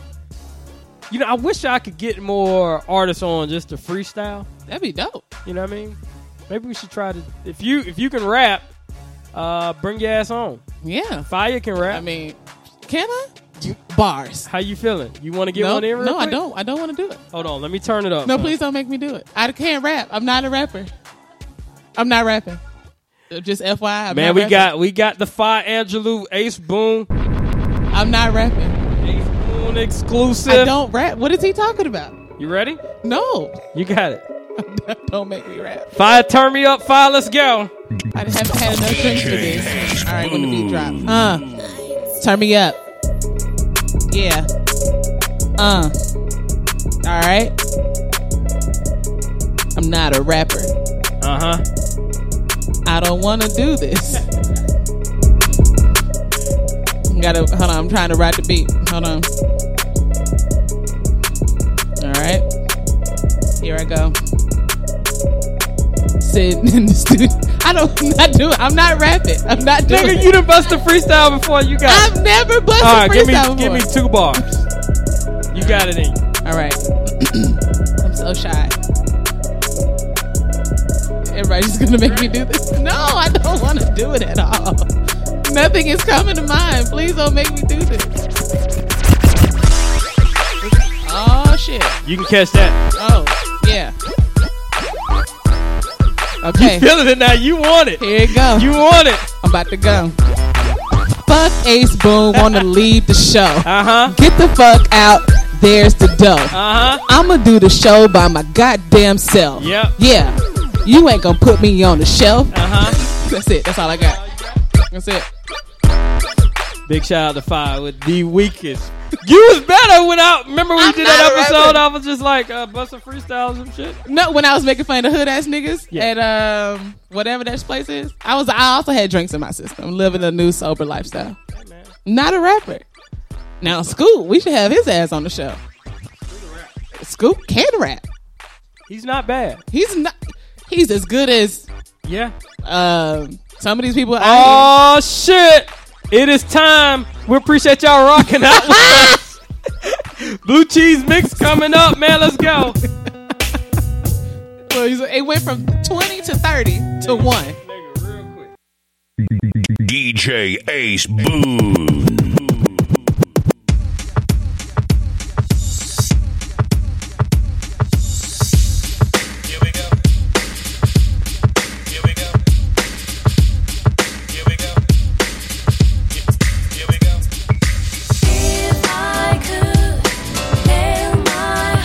You know, I wish I could get more artists on just to freestyle.
That'd be dope.
You know what I mean? Maybe we should try to if you if you can rap, uh, bring your ass on.
Yeah.
Fire can rap.
I mean, can I? Bars.
How you feeling? You want to get
no,
one in? Real
no, I
quick?
don't. I don't want to do it.
Hold on, let me turn it up.
No,
man.
please don't make me do it. I can't rap. I'm not a rapper. I'm not rapping. Uh, Just FYI, I'm
Man,
not
we
rapping.
got we got the Fire Angelou Ace Boon
I'm not rapping.
Ace Boon exclusive.
I don't rap. What is he talking about?
You ready?
No,
You got it.
don't make me rap.
Fire, turn me up. Fire, let's go.
I haven't had enough drinks for this. All right, when the beat drops, uh, turn me up. Yeah. Uh. All right. I'm not a rapper.
Uh huh.
I don't want to do this. Gotta hold on. I'm trying to ride the beat. Hold on. All right, here I go. Sitting in the studio. I don't. I'm not doing. I'm not rapping. I'm not doing.
Nigga,
it.
you done bust a freestyle before. You got. it.
I've never busted
All right, give me
freestyle
give me
before.
two bars. You got it in. you.
All right. I'm so shy. Everybody's gonna make me do this. No, I don't want to do it at all. Nothing is coming to mind. Please don't make me do this. Oh shit.
You can catch that.
Oh yeah. Okay.
Feeling it now. You want it.
Here it go.
You want it.
I'm about to go. Fuck Ace Boom. Want to leave the show?
Uh huh.
Get the fuck out. There's the dough.
Uh huh.
I'ma do the show by my goddamn self.
Yep.
Yeah. You ain't gonna put me on the shelf.
Uh huh.
That's it. That's all I got. That's it.
Big shout out to Fire with the weakest. You was better when I remember we
I'm
did that
not
episode.
rapping.
I was just like uh, busting freestyles and shit.
No, when I was making fun of the hood ass niggas
Yeah.
at um whatever that place is, I was I also had drinks in my system, living a new sober lifestyle.
man.
Not a rapper. Now Scoop, we should have his ass on the show. Scoop can rap.
He's not bad.
He's not. He's as good as
Yeah.
um some of these people. out here.
Oh shit! It is time. We appreciate y'all rocking out with us. Blue cheese mix coming up, man. Let's go.
Well, he's- it went from 20 to 30 to 1.
DJ Ace Boone.
If I could nail my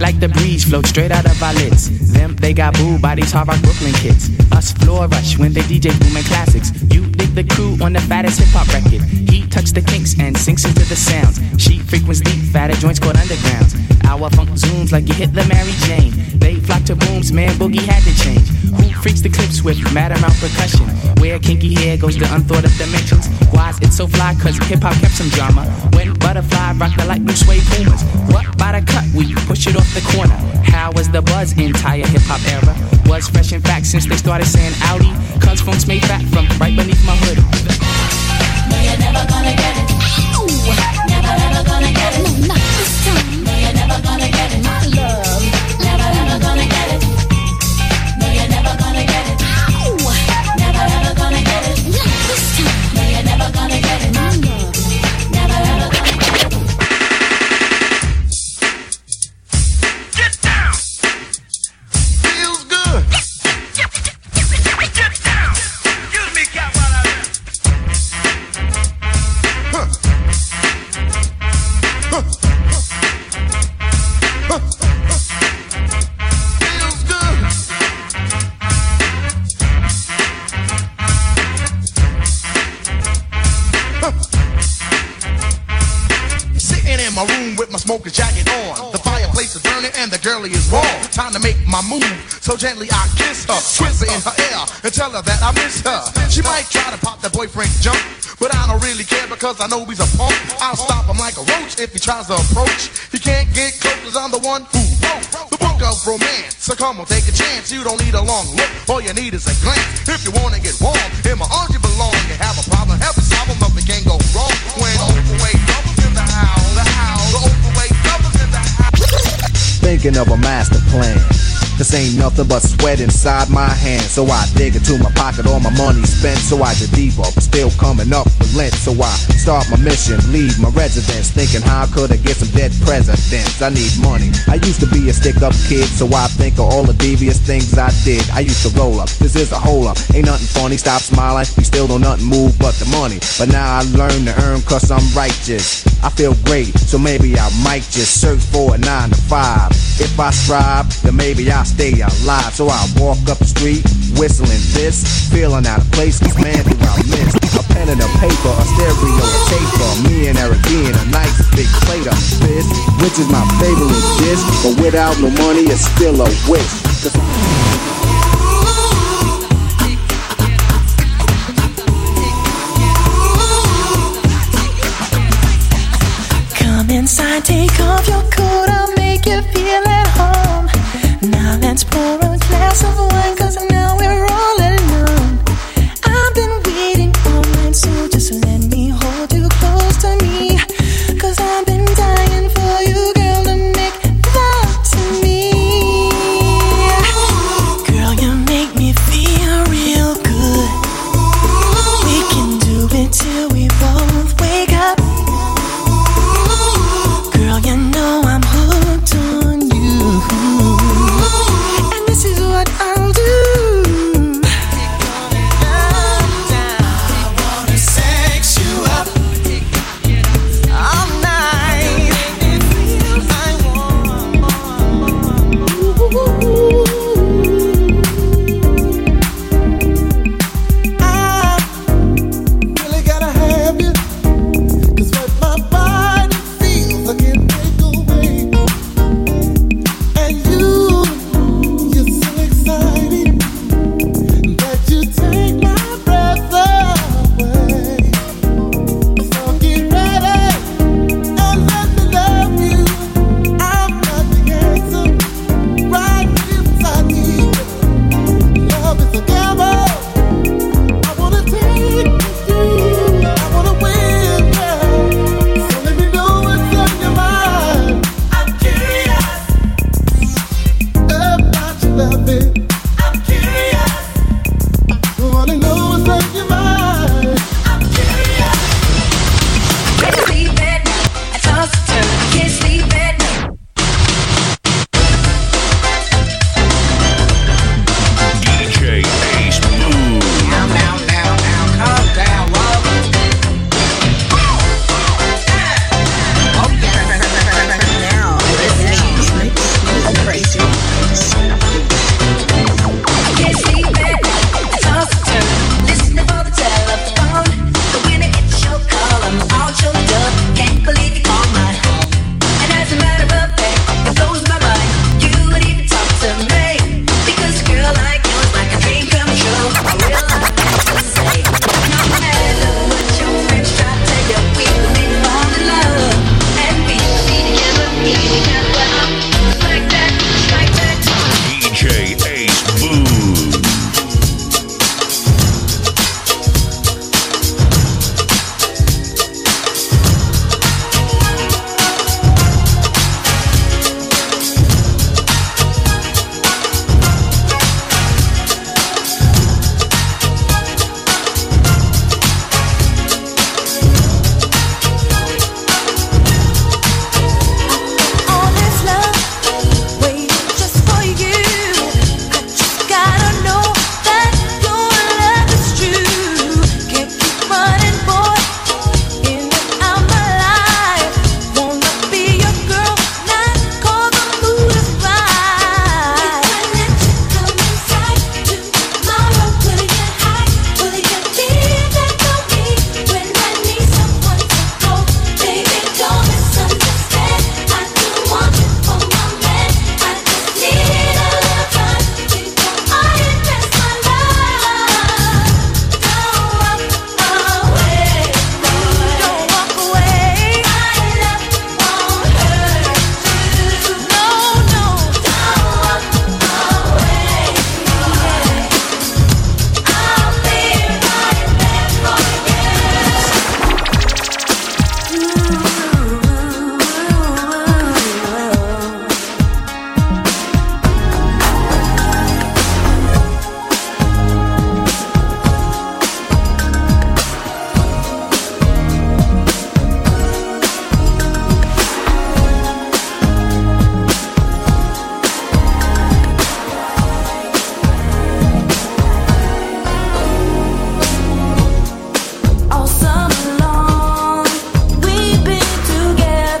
like the breeze, float straight out of our lids. Them, they got boo bodies, hard rock Brooklyn kids. Us floor rush when they DJ booming classics. You dig the crew on the fattest hip hop record. He tucks the kinks and sinks into the sounds. She frequents deep, fatter joints called undergrounds. Our funk zooms like you hit the Mary Jane. They flock to booms, man, boogie had to change. Who freaks the clips with mad amount percussion? Where kinky hair goes to unthought of dimensions. Why is it so fly? Cause hip hop kept some drama. When butterfly rock the light blue suede boomers. What by the cut? We push it off the corner. How was the buzz entire hip hop era? Was fresh in fact since they started saying Audi. Cause funk's made back from right beneath my hood.
Feels good. Get down. Excuse me, cat, while I am. Feels good. Sitting in my room with my smoking jacket on. The fireplace is burning and the girlie is warm. Time to make my move. So gently I kiss her, twist her in her ear, and tell her that I miss her. She might try to pop that boyfriend jump, but I don't really care because I know he's a punk. I'll stop him like a roach if he tries to approach. He can't get close because I'm the one who wrote the book of romance. So come on, take a chance. You don't need a long look. All you need is a glance. If you wanna get warm, in my arms you belong. You have a problem, help us solve 'em. Nothing can go wrong when overweight doubles in the house. The house, the overweight doubles in the house.
thinking of a master plan. This ain't nothing but sweat inside my hand. So I dig into my pocket, all my money spent. So I get deeper, still coming up with lint. So I start my mission, leave my residence. Thinking how could I get some dead presidents? I need money. I used to be a stick up kid, so I think of all the devious things I did. I used to roll up, this is a hole up. Ain't nothing funny, stop smiling. You still don't nothing move but the money. But now I learn to earn cause I'm righteous. I feel great, so maybe I might just search for a nine to five. If I strive, then maybe I'll stay alive. So I walk up the street, whistling this, feeling out of place, cause man, do I miss. A pen and a paper, a stereo, a taper, me and Eric being a nice big plate of fish, which is my favorite dish. But without no money, it's still a wish. Cause
Come inside, take off your coat, I'll make you feel at home. Now let's pour a glass of wine, cause now we're all alone. I've been waiting all night, so just let me hold you close to me. Cause I've been dying for you, girl, to make love to me. Girl, you make me feel real good. We can do it till we both wake up. Girl, you know I'm hooked on you. And this is what I'll do.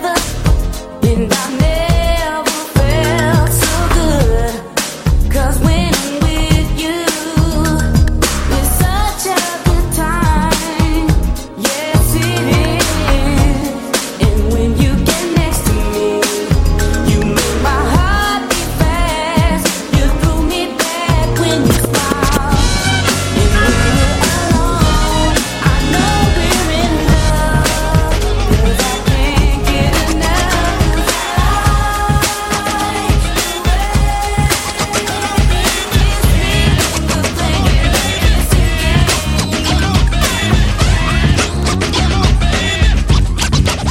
And I never felt so good. 'Cause when I'm with you, it's such a good time. Yes, it is. And when you get next to me, you make my heart beat fast. You threw me back when you smiled. And when we're alone, I know we're in love. 'Cause I can't get enough.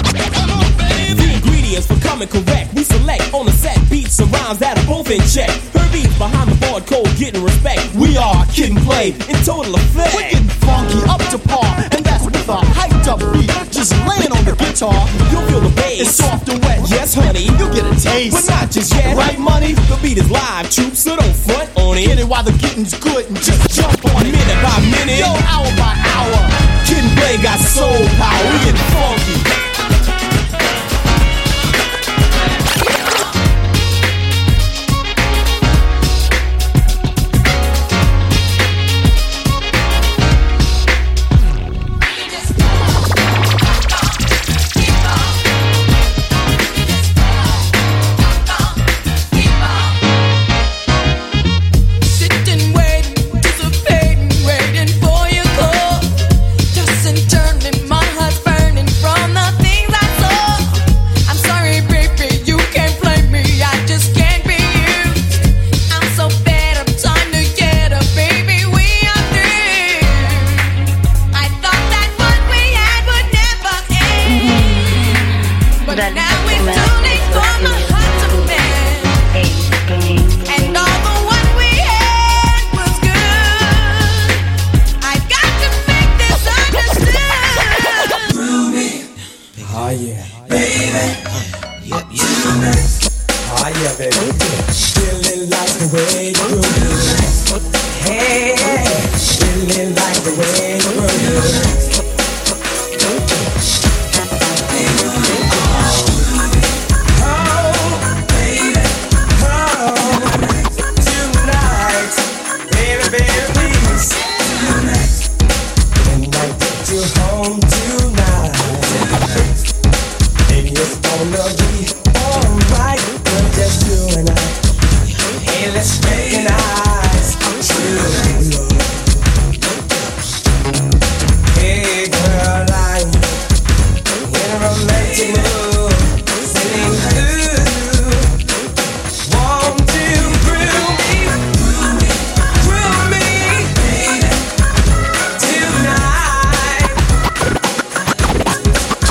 The ingredients for coming correct. We select on the set beats and rhymes that are both in check. Her beats behind the board code getting respect. We are kid and play in total effect. We're getting funky up to par, and that's with our hyped up beat. Just laying on the guitar, you'll feel the bass. It's soft and wet. Yes, honey, you'll get a taste. But not just yet, right, money? The beat is live, troop, so don't front on it. Get it while the getting's good and just jump on it. Minute by minute, yo, hour by hour. Kid and play got soul power. We getting funky.
Sitting, waiting, anticipating, waiting for your call. Tossing, turning, my heart's burning from the things I saw. I'm sorry, baby, you can't blame me. I just can't be used. I'm so fed up, time to get up, baby. We are through. I thought that what we had would never end, but now it's too late for my heart to mend. And all the what we had was good. I got to make this understood.
Oh yeah. Baby. Yep, you Oh yeah, baby. Really like the way you move. Hey. Really like the way you move. Oh, oh, tonight, baby, baby, please. When I get you home tonight, Maybe it's gonna be alright, but just you and I. Hey, let's recognize true love. Hey, girl, I'm in a romantic mood. Singing, ooh, one, two, groove me, groove me tonight.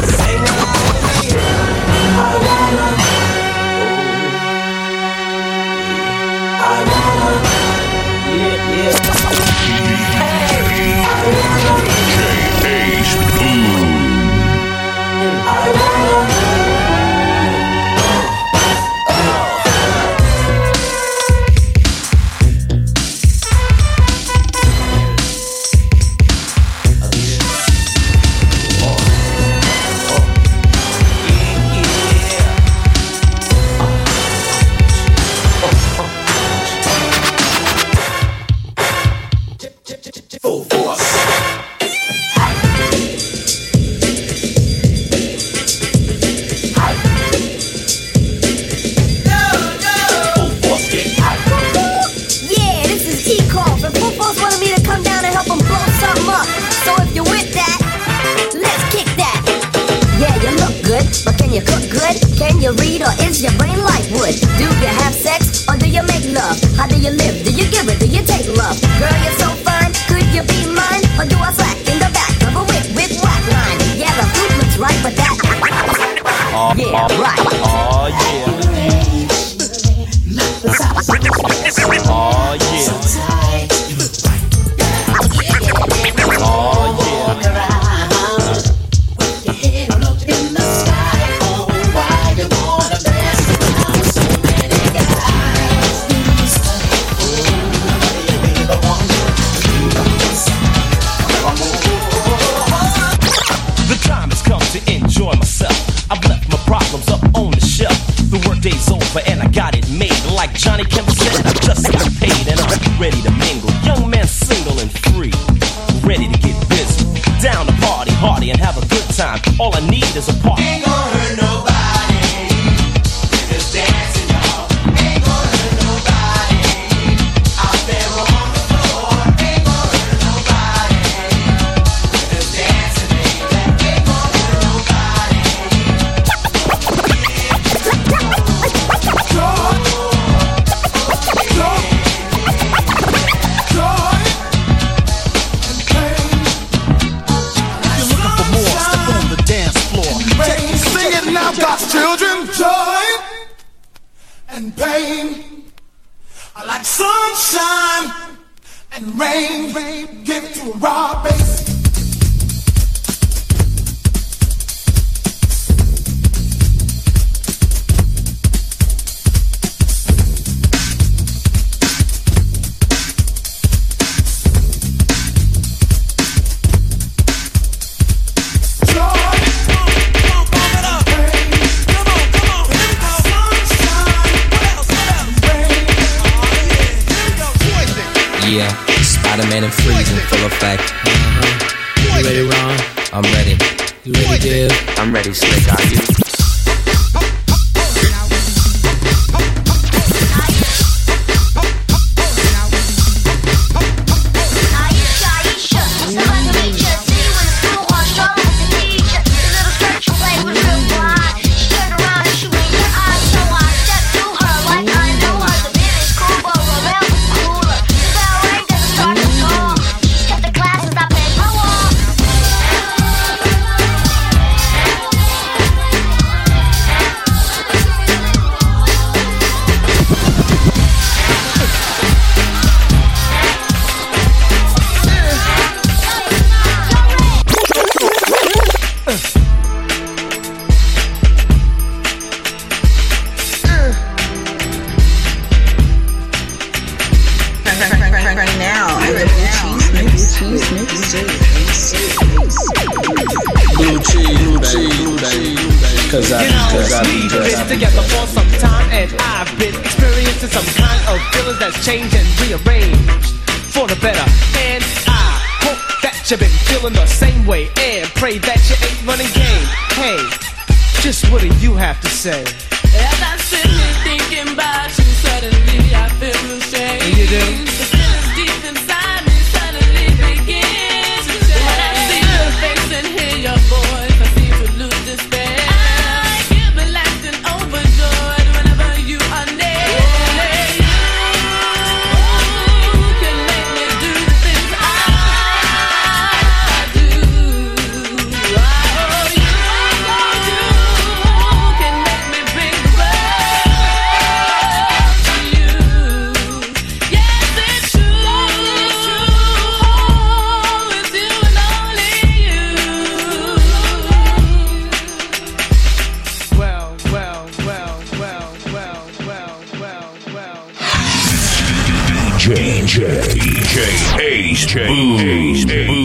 Sing along with me.
Ace Boone.
Yeah, this is Key Call. The footballs wanted me to come down and help them blow something up. So if you're with that, let's kick that. Yeah, you look good, but can you cook good? Can you read or is your brain like wood? Do you have sex or do you make love? How do you live? Do you give it? Do you take love? Girl, you're so fine. Could you be mine? Or do I slack in the back of a whip with whack line? Yeah, the food looks right, but that. Yeah, right.
The time has come to enjoy myself. I've left my problems up on the shelf.
up. The workday's over and I got it made. Like Johnny Kemp said, I just got paid and I'm ready to mingle. Young man, single and free, ready to get busy. Down to party, hardy, and have a good time. All I need is a party. Ain't gonna hurt nobody. Just dancing, y'all. Ain't gonna hurt nobody. Out there on the floor. Ain't gonna hurt nobody. Just dancing, baby. Ain't gonna hurt nobody.
Sing it now, God's children. Joy and pain are like sunshine and rain. Give it to a raw bass.
Yeah, Spider-Man and Freeze in full effect. Uh-huh. You ready, Ron? I'm ready. You ready, Dib? I'm ready, Slick. Are you?
Blue cheese, blue cheese, blue cheese. Cause I,
You know,
cause I,
we've
cause
been
I.
together for some time, and I've been experiencing some kind of feelings that's changed and rearranged for the better. And I hope that you've been feeling the same way, and pray that you ain't running game. Hey, just what do you have to say?
As I'm sitting here thinking about you, suddenly I feel the shame.
And you do?
The feelings deep inside me suddenly begins to change. When I see your face and hear your voice, I seem to lose despair. I get relaxed and overjoyed whenever you are near. You can make me do the things I do. Oh, you can make me bring the world to you. Yes, it's true. Oh, it's you and only you.
Well, well, well, well, well, well, well, well.
DJ, DJ, Ace, Boo,